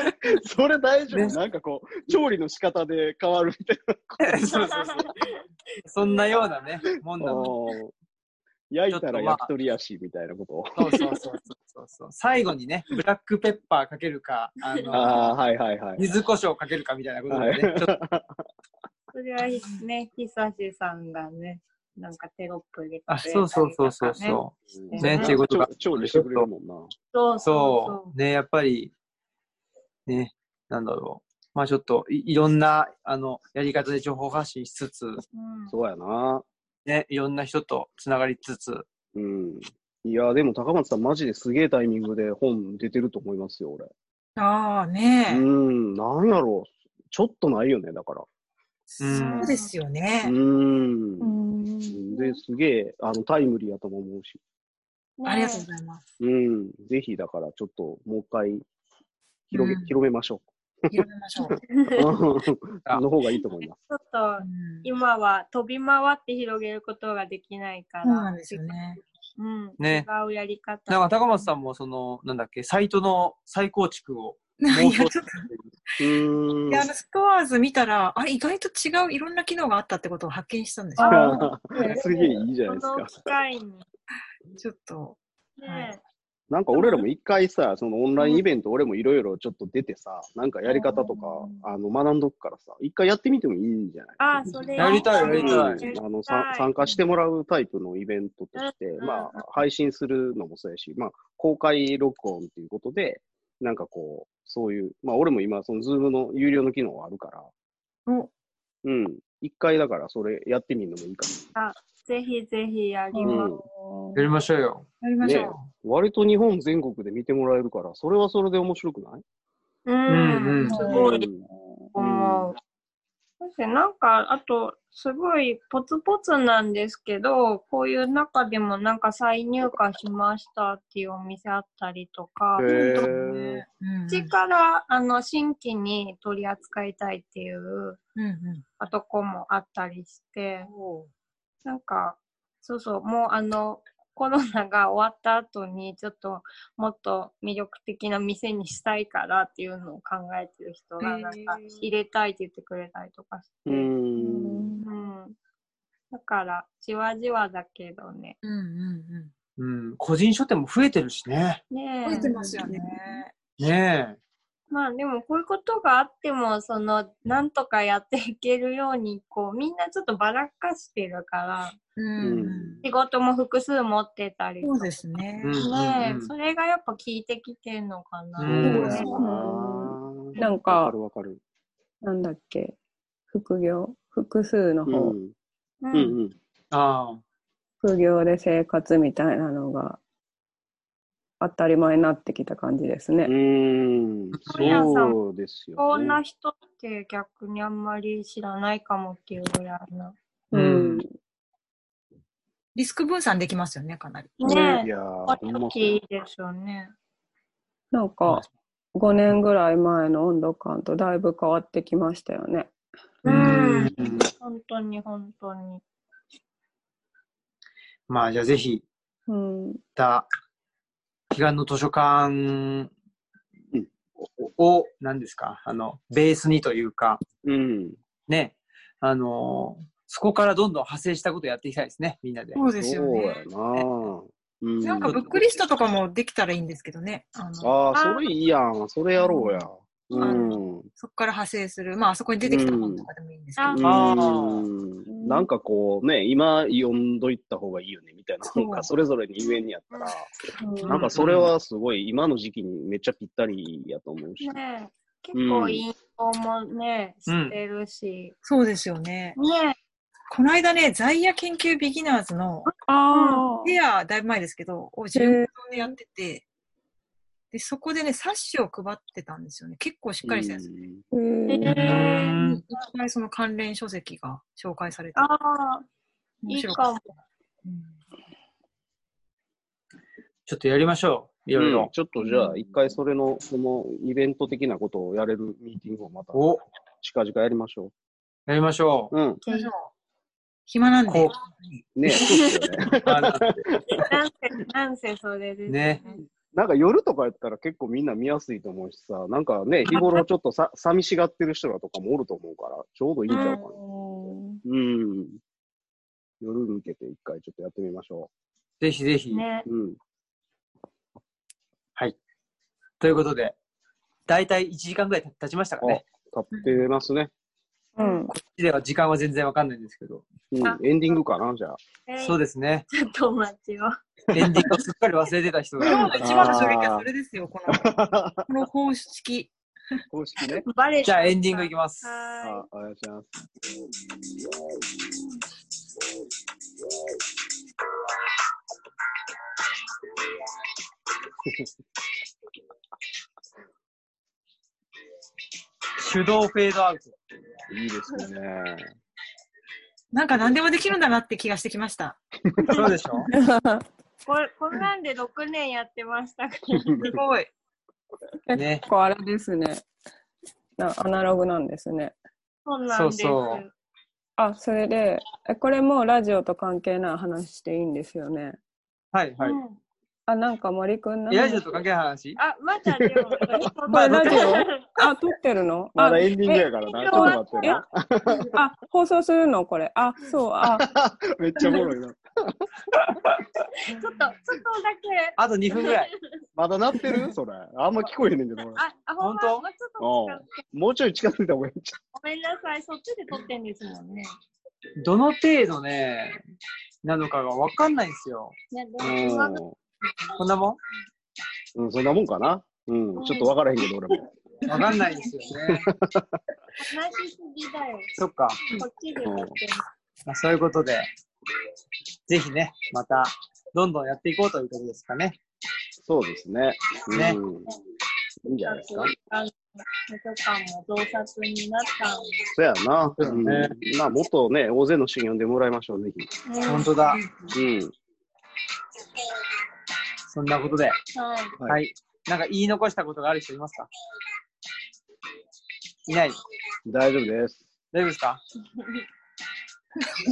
[SPEAKER 4] それ大丈
[SPEAKER 3] ね
[SPEAKER 4] 夫なんかこう、調理の仕方で変わるみたい
[SPEAKER 3] そうそうそう。そんなようなね、もん
[SPEAKER 4] な。
[SPEAKER 3] な
[SPEAKER 4] あ
[SPEAKER 3] の。
[SPEAKER 4] ー焼いた
[SPEAKER 3] ちょっとま
[SPEAKER 4] ら
[SPEAKER 3] あ
[SPEAKER 4] 焼き鳥やし、みたいなこと。
[SPEAKER 3] そうそうそうそうそうそう。最後にね、ブラックペッパーかけるか、あの、
[SPEAKER 4] ああ、はいはい はい。
[SPEAKER 3] 水胡椒かけるかみたいなこと
[SPEAKER 4] は
[SPEAKER 3] でね、
[SPEAKER 4] い
[SPEAKER 3] ちょっと
[SPEAKER 1] それはね、久志さんがね、なんかテロップ入れてくれた
[SPEAKER 3] あ、
[SPEAKER 1] りとかね
[SPEAKER 3] そうそうそうそうそう。ねっていうことが
[SPEAKER 4] 調理してくれるもんな。
[SPEAKER 1] そう
[SPEAKER 3] そ。
[SPEAKER 1] そう
[SPEAKER 3] ね、やっぱり、ね、なんだろう。まあちょっとい、いろんな、あの、やり方で情報発信しつつ、
[SPEAKER 1] う。うん
[SPEAKER 4] そうやな。
[SPEAKER 3] ね、いろんな人とつながりつつ、
[SPEAKER 4] うん。いや、でも高松さん、マジですげえタイミングで本出てると思いますよ、俺。
[SPEAKER 2] ああ、
[SPEAKER 4] う
[SPEAKER 2] ねえ。
[SPEAKER 4] ん、なんやろう。ちょっとないよね、だから。
[SPEAKER 2] そうですよね
[SPEAKER 4] う。ん
[SPEAKER 5] う。ん
[SPEAKER 4] で、すげえ、あの、タイムリーやとも思うし。
[SPEAKER 1] ね
[SPEAKER 2] ありがとうございます。
[SPEAKER 4] うん。ぜひ、だから、ちょっと、もう一回、広げ、
[SPEAKER 2] うん
[SPEAKER 4] 広めま しょ
[SPEAKER 2] 広めましょう。
[SPEAKER 4] う。 の方がいいと思います。
[SPEAKER 1] ちょっと
[SPEAKER 2] うん
[SPEAKER 1] 今は飛び回って広げることができないから、
[SPEAKER 2] そうなんですよね。
[SPEAKER 1] うん
[SPEAKER 3] ね
[SPEAKER 1] 違うやり方。
[SPEAKER 3] なんか高松さんもその、なんだっけ、サイトの再構築を。
[SPEAKER 2] いや、ちょっと。
[SPEAKER 4] うーん
[SPEAKER 2] いや、あの、ストアーズ見たら、あれ、意外と違ういろんな機能があったってことを発見したんですよ。
[SPEAKER 1] あ
[SPEAKER 4] すげえいいじゃないです
[SPEAKER 1] その
[SPEAKER 4] か。
[SPEAKER 1] 機会に、
[SPEAKER 2] ちょっと、は
[SPEAKER 1] ね
[SPEAKER 2] い
[SPEAKER 4] なんか俺らも一回さ、そのオンラインイベント、俺もいろいろちょっと出てさ、なんかやり方とか、あの、学んどくからさ、一回やってみてもいいんじゃない
[SPEAKER 1] あーそれ
[SPEAKER 3] やりたいやりたい
[SPEAKER 4] うんあのさ参加してもらうタイプのイベントとして、
[SPEAKER 1] うん
[SPEAKER 4] まあ、配信するのもそうやし、まあ、公開録音っていうことで、なんかこう、そういう、まあ、俺も今、その、ズームの有料の機能があるか
[SPEAKER 2] う
[SPEAKER 4] ら、
[SPEAKER 2] ん
[SPEAKER 4] うん。一回だから、それやってみるのもいいか
[SPEAKER 1] ぜひぜひやりま
[SPEAKER 4] も。
[SPEAKER 1] す。
[SPEAKER 4] うん。
[SPEAKER 3] やりましょうよ。
[SPEAKER 2] やりましょう。
[SPEAKER 4] ね割と日本全国で見てもらえるから、それはそれで面白くない
[SPEAKER 1] うん、
[SPEAKER 3] うんうん
[SPEAKER 1] す
[SPEAKER 4] う
[SPEAKER 1] ごい
[SPEAKER 4] ん。
[SPEAKER 1] 思う。だってなんか、あと、すごいポツポツなんですけど、こういう中でもなんか再入荷しましたっていうお店あったりとか、
[SPEAKER 4] へ
[SPEAKER 1] う
[SPEAKER 4] ー
[SPEAKER 1] ちからあの新規に取り扱いたいっていう
[SPEAKER 2] うんうん
[SPEAKER 1] あとこもあったりして、
[SPEAKER 2] お
[SPEAKER 1] なんか、そうそう、もうあの、コロナが終わった後に、ちょっともっと魅力的な店にしたいからっていうのを考えてる人が、なんか
[SPEAKER 2] へー
[SPEAKER 1] 入れたいって言ってくれたりとかして、
[SPEAKER 4] う
[SPEAKER 1] うん。
[SPEAKER 4] ん。
[SPEAKER 1] だから、じわじわだけどね。
[SPEAKER 2] うんうん
[SPEAKER 3] うん。個人書店も増えてるしね。
[SPEAKER 2] う
[SPEAKER 1] ね
[SPEAKER 2] ん。
[SPEAKER 1] え
[SPEAKER 2] 増えてますよね。
[SPEAKER 3] ね
[SPEAKER 1] まあでもこういうことがあっても、その、なんとかやっていけるように、こう、みんなちょっとばらかしてるから、
[SPEAKER 2] うんうん。
[SPEAKER 1] 仕事も複数持ってたりと
[SPEAKER 2] そ
[SPEAKER 1] か
[SPEAKER 2] うですね
[SPEAKER 3] え。う。ん
[SPEAKER 1] ねえ、
[SPEAKER 3] うんうん
[SPEAKER 1] それがやっぱ効いてきてんのかな。
[SPEAKER 3] うん
[SPEAKER 4] そうや
[SPEAKER 5] な
[SPEAKER 4] な
[SPEAKER 5] ん
[SPEAKER 4] わか
[SPEAKER 5] か
[SPEAKER 4] る、わかる。
[SPEAKER 5] なんだっけ、副業、複数の
[SPEAKER 4] う
[SPEAKER 5] 方、
[SPEAKER 4] ん。
[SPEAKER 1] う
[SPEAKER 4] うん
[SPEAKER 1] ん
[SPEAKER 4] うん。
[SPEAKER 3] ああ。
[SPEAKER 5] 副業で生活みたいなのが当たり前になってきた感じです
[SPEAKER 4] う
[SPEAKER 5] ね。
[SPEAKER 4] ーん、
[SPEAKER 1] 本屋さん
[SPEAKER 4] そうですよ、ね。
[SPEAKER 1] こんな人って逆にあんまり知らないかもっていうぐらいな。
[SPEAKER 3] う
[SPEAKER 5] うんん。
[SPEAKER 2] リスク分散できますよね、かなり。
[SPEAKER 1] ね
[SPEAKER 4] い
[SPEAKER 1] え、
[SPEAKER 4] や
[SPEAKER 1] こ
[SPEAKER 4] ー、
[SPEAKER 1] っ
[SPEAKER 4] ほんまそう
[SPEAKER 1] ちいいですよね。
[SPEAKER 5] なんか、5年ぐらい前の温度感とだいぶ変わってきましたよね。
[SPEAKER 1] う
[SPEAKER 3] うんん。
[SPEAKER 1] 本当に本当に。
[SPEAKER 3] まあ、じゃあぜひ、
[SPEAKER 5] うん。
[SPEAKER 3] 行った彼岸の図書館
[SPEAKER 4] うん
[SPEAKER 3] を、を何ですか、あの、ベースにというか、
[SPEAKER 4] うん。
[SPEAKER 3] ね、あのーそこからどんどん派生したことをやっていきたいですね、みんなで。
[SPEAKER 2] そうですよ
[SPEAKER 4] そうや
[SPEAKER 2] ね。
[SPEAKER 4] な。うん、
[SPEAKER 2] なんかブックリストとかもできたらいいんですけどね。あの
[SPEAKER 4] ああ、それいいやん。それやろうや。うん。
[SPEAKER 2] そこから派生する。まあ、あそこに出てきた本とかでもいいんですけど。
[SPEAKER 1] うん
[SPEAKER 3] あ
[SPEAKER 4] うんなんかこうね、今読んどいった方がいいよねみたいなのがそれぞれに言えんやったら、
[SPEAKER 5] うん
[SPEAKER 4] なんかそれはすごい今の時期にめっちゃぴったりやと思うし。
[SPEAKER 1] ねえ、結構引用もね、
[SPEAKER 3] うん
[SPEAKER 1] してるし。
[SPEAKER 2] そうですよね。
[SPEAKER 1] ね
[SPEAKER 2] この間ね、在野研究ビギナーズの
[SPEAKER 5] あ
[SPEAKER 2] ペア、だいぶ前ですけど、を15分でやってて、で、そこでね、冊子を配ってたんですよね。結構しっかりしたやつ。
[SPEAKER 4] う
[SPEAKER 5] あ。うん
[SPEAKER 1] え。へえ
[SPEAKER 2] いきなりその関連書籍が紹介されて
[SPEAKER 1] あ、あ、
[SPEAKER 2] 面
[SPEAKER 1] いい
[SPEAKER 2] 白
[SPEAKER 1] かも。
[SPEAKER 2] い
[SPEAKER 3] ちょっとやりましょう、いろい
[SPEAKER 4] ん
[SPEAKER 3] ろ。
[SPEAKER 4] ちょっとじゃあ一回それの、そのイベント的なことをやれるミーティングをまた
[SPEAKER 3] お、
[SPEAKER 4] 近々やりましょ
[SPEAKER 3] やりましょ
[SPEAKER 4] う。うん。
[SPEAKER 2] 行きましょう。暇なんで
[SPEAKER 3] こ。
[SPEAKER 4] ねそうですよね。
[SPEAKER 3] う。 あな
[SPEAKER 1] なんせ、なんせそれです。
[SPEAKER 3] ね。
[SPEAKER 4] なんか夜とかやったら結構みんな見やすいと思うしさ、なんかね、日頃ちょっとさ 寂しがってる人らとかもおると思うから、ちょうどいいんちゃうかな。うん。夜向けて一回ちょっとやってみましょ
[SPEAKER 3] ぜひぜひ。
[SPEAKER 1] ね。
[SPEAKER 4] う。うん。
[SPEAKER 3] ということで、だいたい1時間ぐらい経ちましたかね。
[SPEAKER 4] たってますね。
[SPEAKER 5] うん。
[SPEAKER 3] こっちでは時間は全然わかんないんですけど。
[SPEAKER 4] うん
[SPEAKER 1] あ。
[SPEAKER 4] エンディングかな、じゃあ。
[SPEAKER 3] そう
[SPEAKER 1] で
[SPEAKER 3] ですね。
[SPEAKER 1] す。ちょっとお待ちを。
[SPEAKER 3] エンディングをすっかり忘れてた人が。
[SPEAKER 2] 今 日の一番の衝撃はそれですよ、この、この方式。
[SPEAKER 4] 公式ね。
[SPEAKER 1] バレ
[SPEAKER 3] じゃあエンディングい
[SPEAKER 1] き
[SPEAKER 3] きます。
[SPEAKER 1] は
[SPEAKER 4] あ、お願いします。
[SPEAKER 3] 手動フェードアウト。
[SPEAKER 4] いいですね。
[SPEAKER 2] なんか何でもできるんだなって気がしてきました。
[SPEAKER 3] そうでしょ
[SPEAKER 1] い。これこんなんで6年やってましたから。
[SPEAKER 2] すごい。
[SPEAKER 3] ね
[SPEAKER 5] 結構あれですね。なアナログなんですね。
[SPEAKER 1] そうなんです。
[SPEAKER 3] そうそう
[SPEAKER 5] あ、それで、えこれもラジオと関係ない話していいんですよね。
[SPEAKER 3] はいは
[SPEAKER 1] うん
[SPEAKER 5] あ、なんか森くんの
[SPEAKER 3] い。
[SPEAKER 5] 話。
[SPEAKER 3] ラジオと関係ない話
[SPEAKER 1] あ、まだでも、
[SPEAKER 3] まあ
[SPEAKER 5] これラジ
[SPEAKER 3] ど
[SPEAKER 5] オあ、撮ってるの
[SPEAKER 4] ま
[SPEAKER 5] あ
[SPEAKER 4] だ、エンディングやからな、ちょっと待ってな。
[SPEAKER 5] あ、放送するのこれ。あ、そう、あ、
[SPEAKER 4] めっちゃおもろいな。
[SPEAKER 1] ちょっと、ちょっとだけ。
[SPEAKER 3] あと2分ぐらい。
[SPEAKER 4] まだ鳴ってるそれ。あんま聞こえへんねんけど、これ
[SPEAKER 1] あ、あほん
[SPEAKER 3] 本
[SPEAKER 1] ま、もう
[SPEAKER 3] 当
[SPEAKER 1] ちょっと近く
[SPEAKER 4] もうちょい近づいた方がいいんちゃ
[SPEAKER 1] ごめんなさい、そっちで撮ってんですもんね。
[SPEAKER 3] どの程度ね、なのかがわかんないんですよ。
[SPEAKER 1] いや、で
[SPEAKER 4] う
[SPEAKER 1] も、
[SPEAKER 4] うん
[SPEAKER 3] こんなも
[SPEAKER 4] うん、そんなもんかな。うん、ちょっとわからへんけど、俺も。
[SPEAKER 3] んわかんないんですよね。
[SPEAKER 1] 話しすぎだよ。
[SPEAKER 3] そっか。
[SPEAKER 1] こっちで撮って
[SPEAKER 3] まあ、そういうことで、ぜひね、また、どんどんやっていこうということですかね。
[SPEAKER 4] そうですね。
[SPEAKER 3] ね
[SPEAKER 4] うん。いいんじゃないですか。
[SPEAKER 1] あの、図書館も洞察になったんで
[SPEAKER 4] そうやな。
[SPEAKER 3] そう
[SPEAKER 4] うん
[SPEAKER 3] ね
[SPEAKER 4] まあ、もっとね、大勢の人に呼んでもらいましょう、ぜ
[SPEAKER 3] 本当だ。
[SPEAKER 4] ひ。うん。
[SPEAKER 3] そんなことで、
[SPEAKER 1] はい。
[SPEAKER 3] は、
[SPEAKER 4] はいい
[SPEAKER 3] なんか言い残したことがある人いますかいない。
[SPEAKER 4] 大丈夫です。
[SPEAKER 3] 大丈夫ですか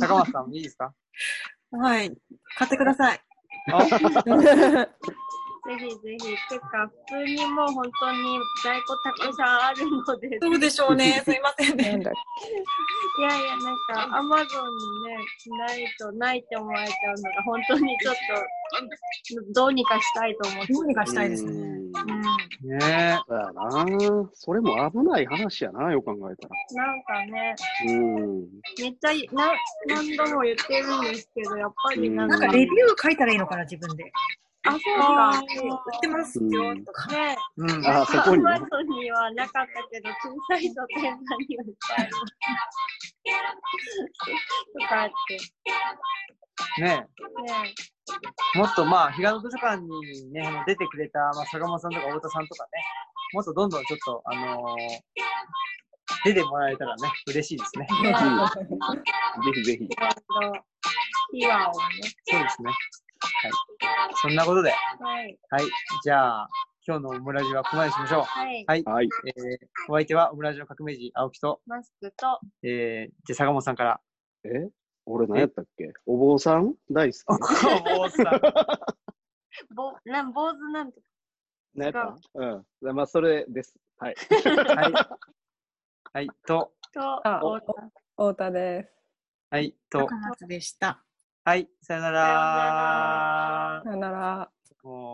[SPEAKER 3] 高松さん、いいですか
[SPEAKER 2] はい。買ってください。
[SPEAKER 1] ぜひぜひ。てか、普通にもう本当に在庫たくさんあるので、
[SPEAKER 2] そうでしょうね。すいません
[SPEAKER 5] なん
[SPEAKER 2] ね。
[SPEAKER 5] だっ
[SPEAKER 1] いやいや、なんか、アマゾンにね、ないと、ないって思われちゃうのが、本当にちょっと、どうにかしたいと思って。
[SPEAKER 2] どうにかしたいですね。
[SPEAKER 4] うん
[SPEAKER 1] うん。
[SPEAKER 3] ねえ。
[SPEAKER 4] そうやな。それも危ない話やな、よく考えた
[SPEAKER 1] な
[SPEAKER 4] ら。
[SPEAKER 1] んかね、
[SPEAKER 4] うん。
[SPEAKER 1] めっちゃいな何度も言ってるんですけど、やっぱりなん
[SPEAKER 2] なんか
[SPEAKER 1] か、
[SPEAKER 2] レビュー書いたらいいのかな、自分で。
[SPEAKER 1] あ、そう
[SPEAKER 2] あ
[SPEAKER 1] か。
[SPEAKER 2] 売ってますよとか。
[SPEAKER 1] ね、
[SPEAKER 3] うん。
[SPEAKER 4] あ、そこに
[SPEAKER 1] ア
[SPEAKER 4] ね
[SPEAKER 1] マ。ゾンにはなかったけど、小さい書店さんにはたいとかって、
[SPEAKER 3] ね
[SPEAKER 1] ね、
[SPEAKER 3] え。もっとまあ、平野図書館にね、あの出てくれた、まあ、坂本さんとか太田さんとかね、もっとどんどんちょっと、あのー出てもらえたらね、嬉しいですね。
[SPEAKER 4] ぜひぜひ。
[SPEAKER 1] 今度、秘話をね。
[SPEAKER 3] そうですね。はい。そんなことで、
[SPEAKER 1] はい。
[SPEAKER 3] はい。じゃあ、今日のオムラジはここまでにしましょう。
[SPEAKER 1] はい。
[SPEAKER 3] はい。
[SPEAKER 4] はい。
[SPEAKER 3] えー、お相手はオムラジの革命児、青木と、
[SPEAKER 1] マスクと、
[SPEAKER 3] えー、じゃあ坂本さんから。
[SPEAKER 4] え俺何やったっけお坊さん大好き。
[SPEAKER 3] お坊さん。
[SPEAKER 1] ぼ、なん、坊主なんとか。
[SPEAKER 4] 何やったうん。まあ、それです。はい。
[SPEAKER 3] はい。はい。と、
[SPEAKER 1] と、
[SPEAKER 5] あ
[SPEAKER 1] お
[SPEAKER 5] 太田です。
[SPEAKER 3] はい。と
[SPEAKER 2] 高、松でした。
[SPEAKER 3] はい。さよな
[SPEAKER 1] さよな
[SPEAKER 3] ら。
[SPEAKER 5] さよなら。
[SPEAKER 3] もう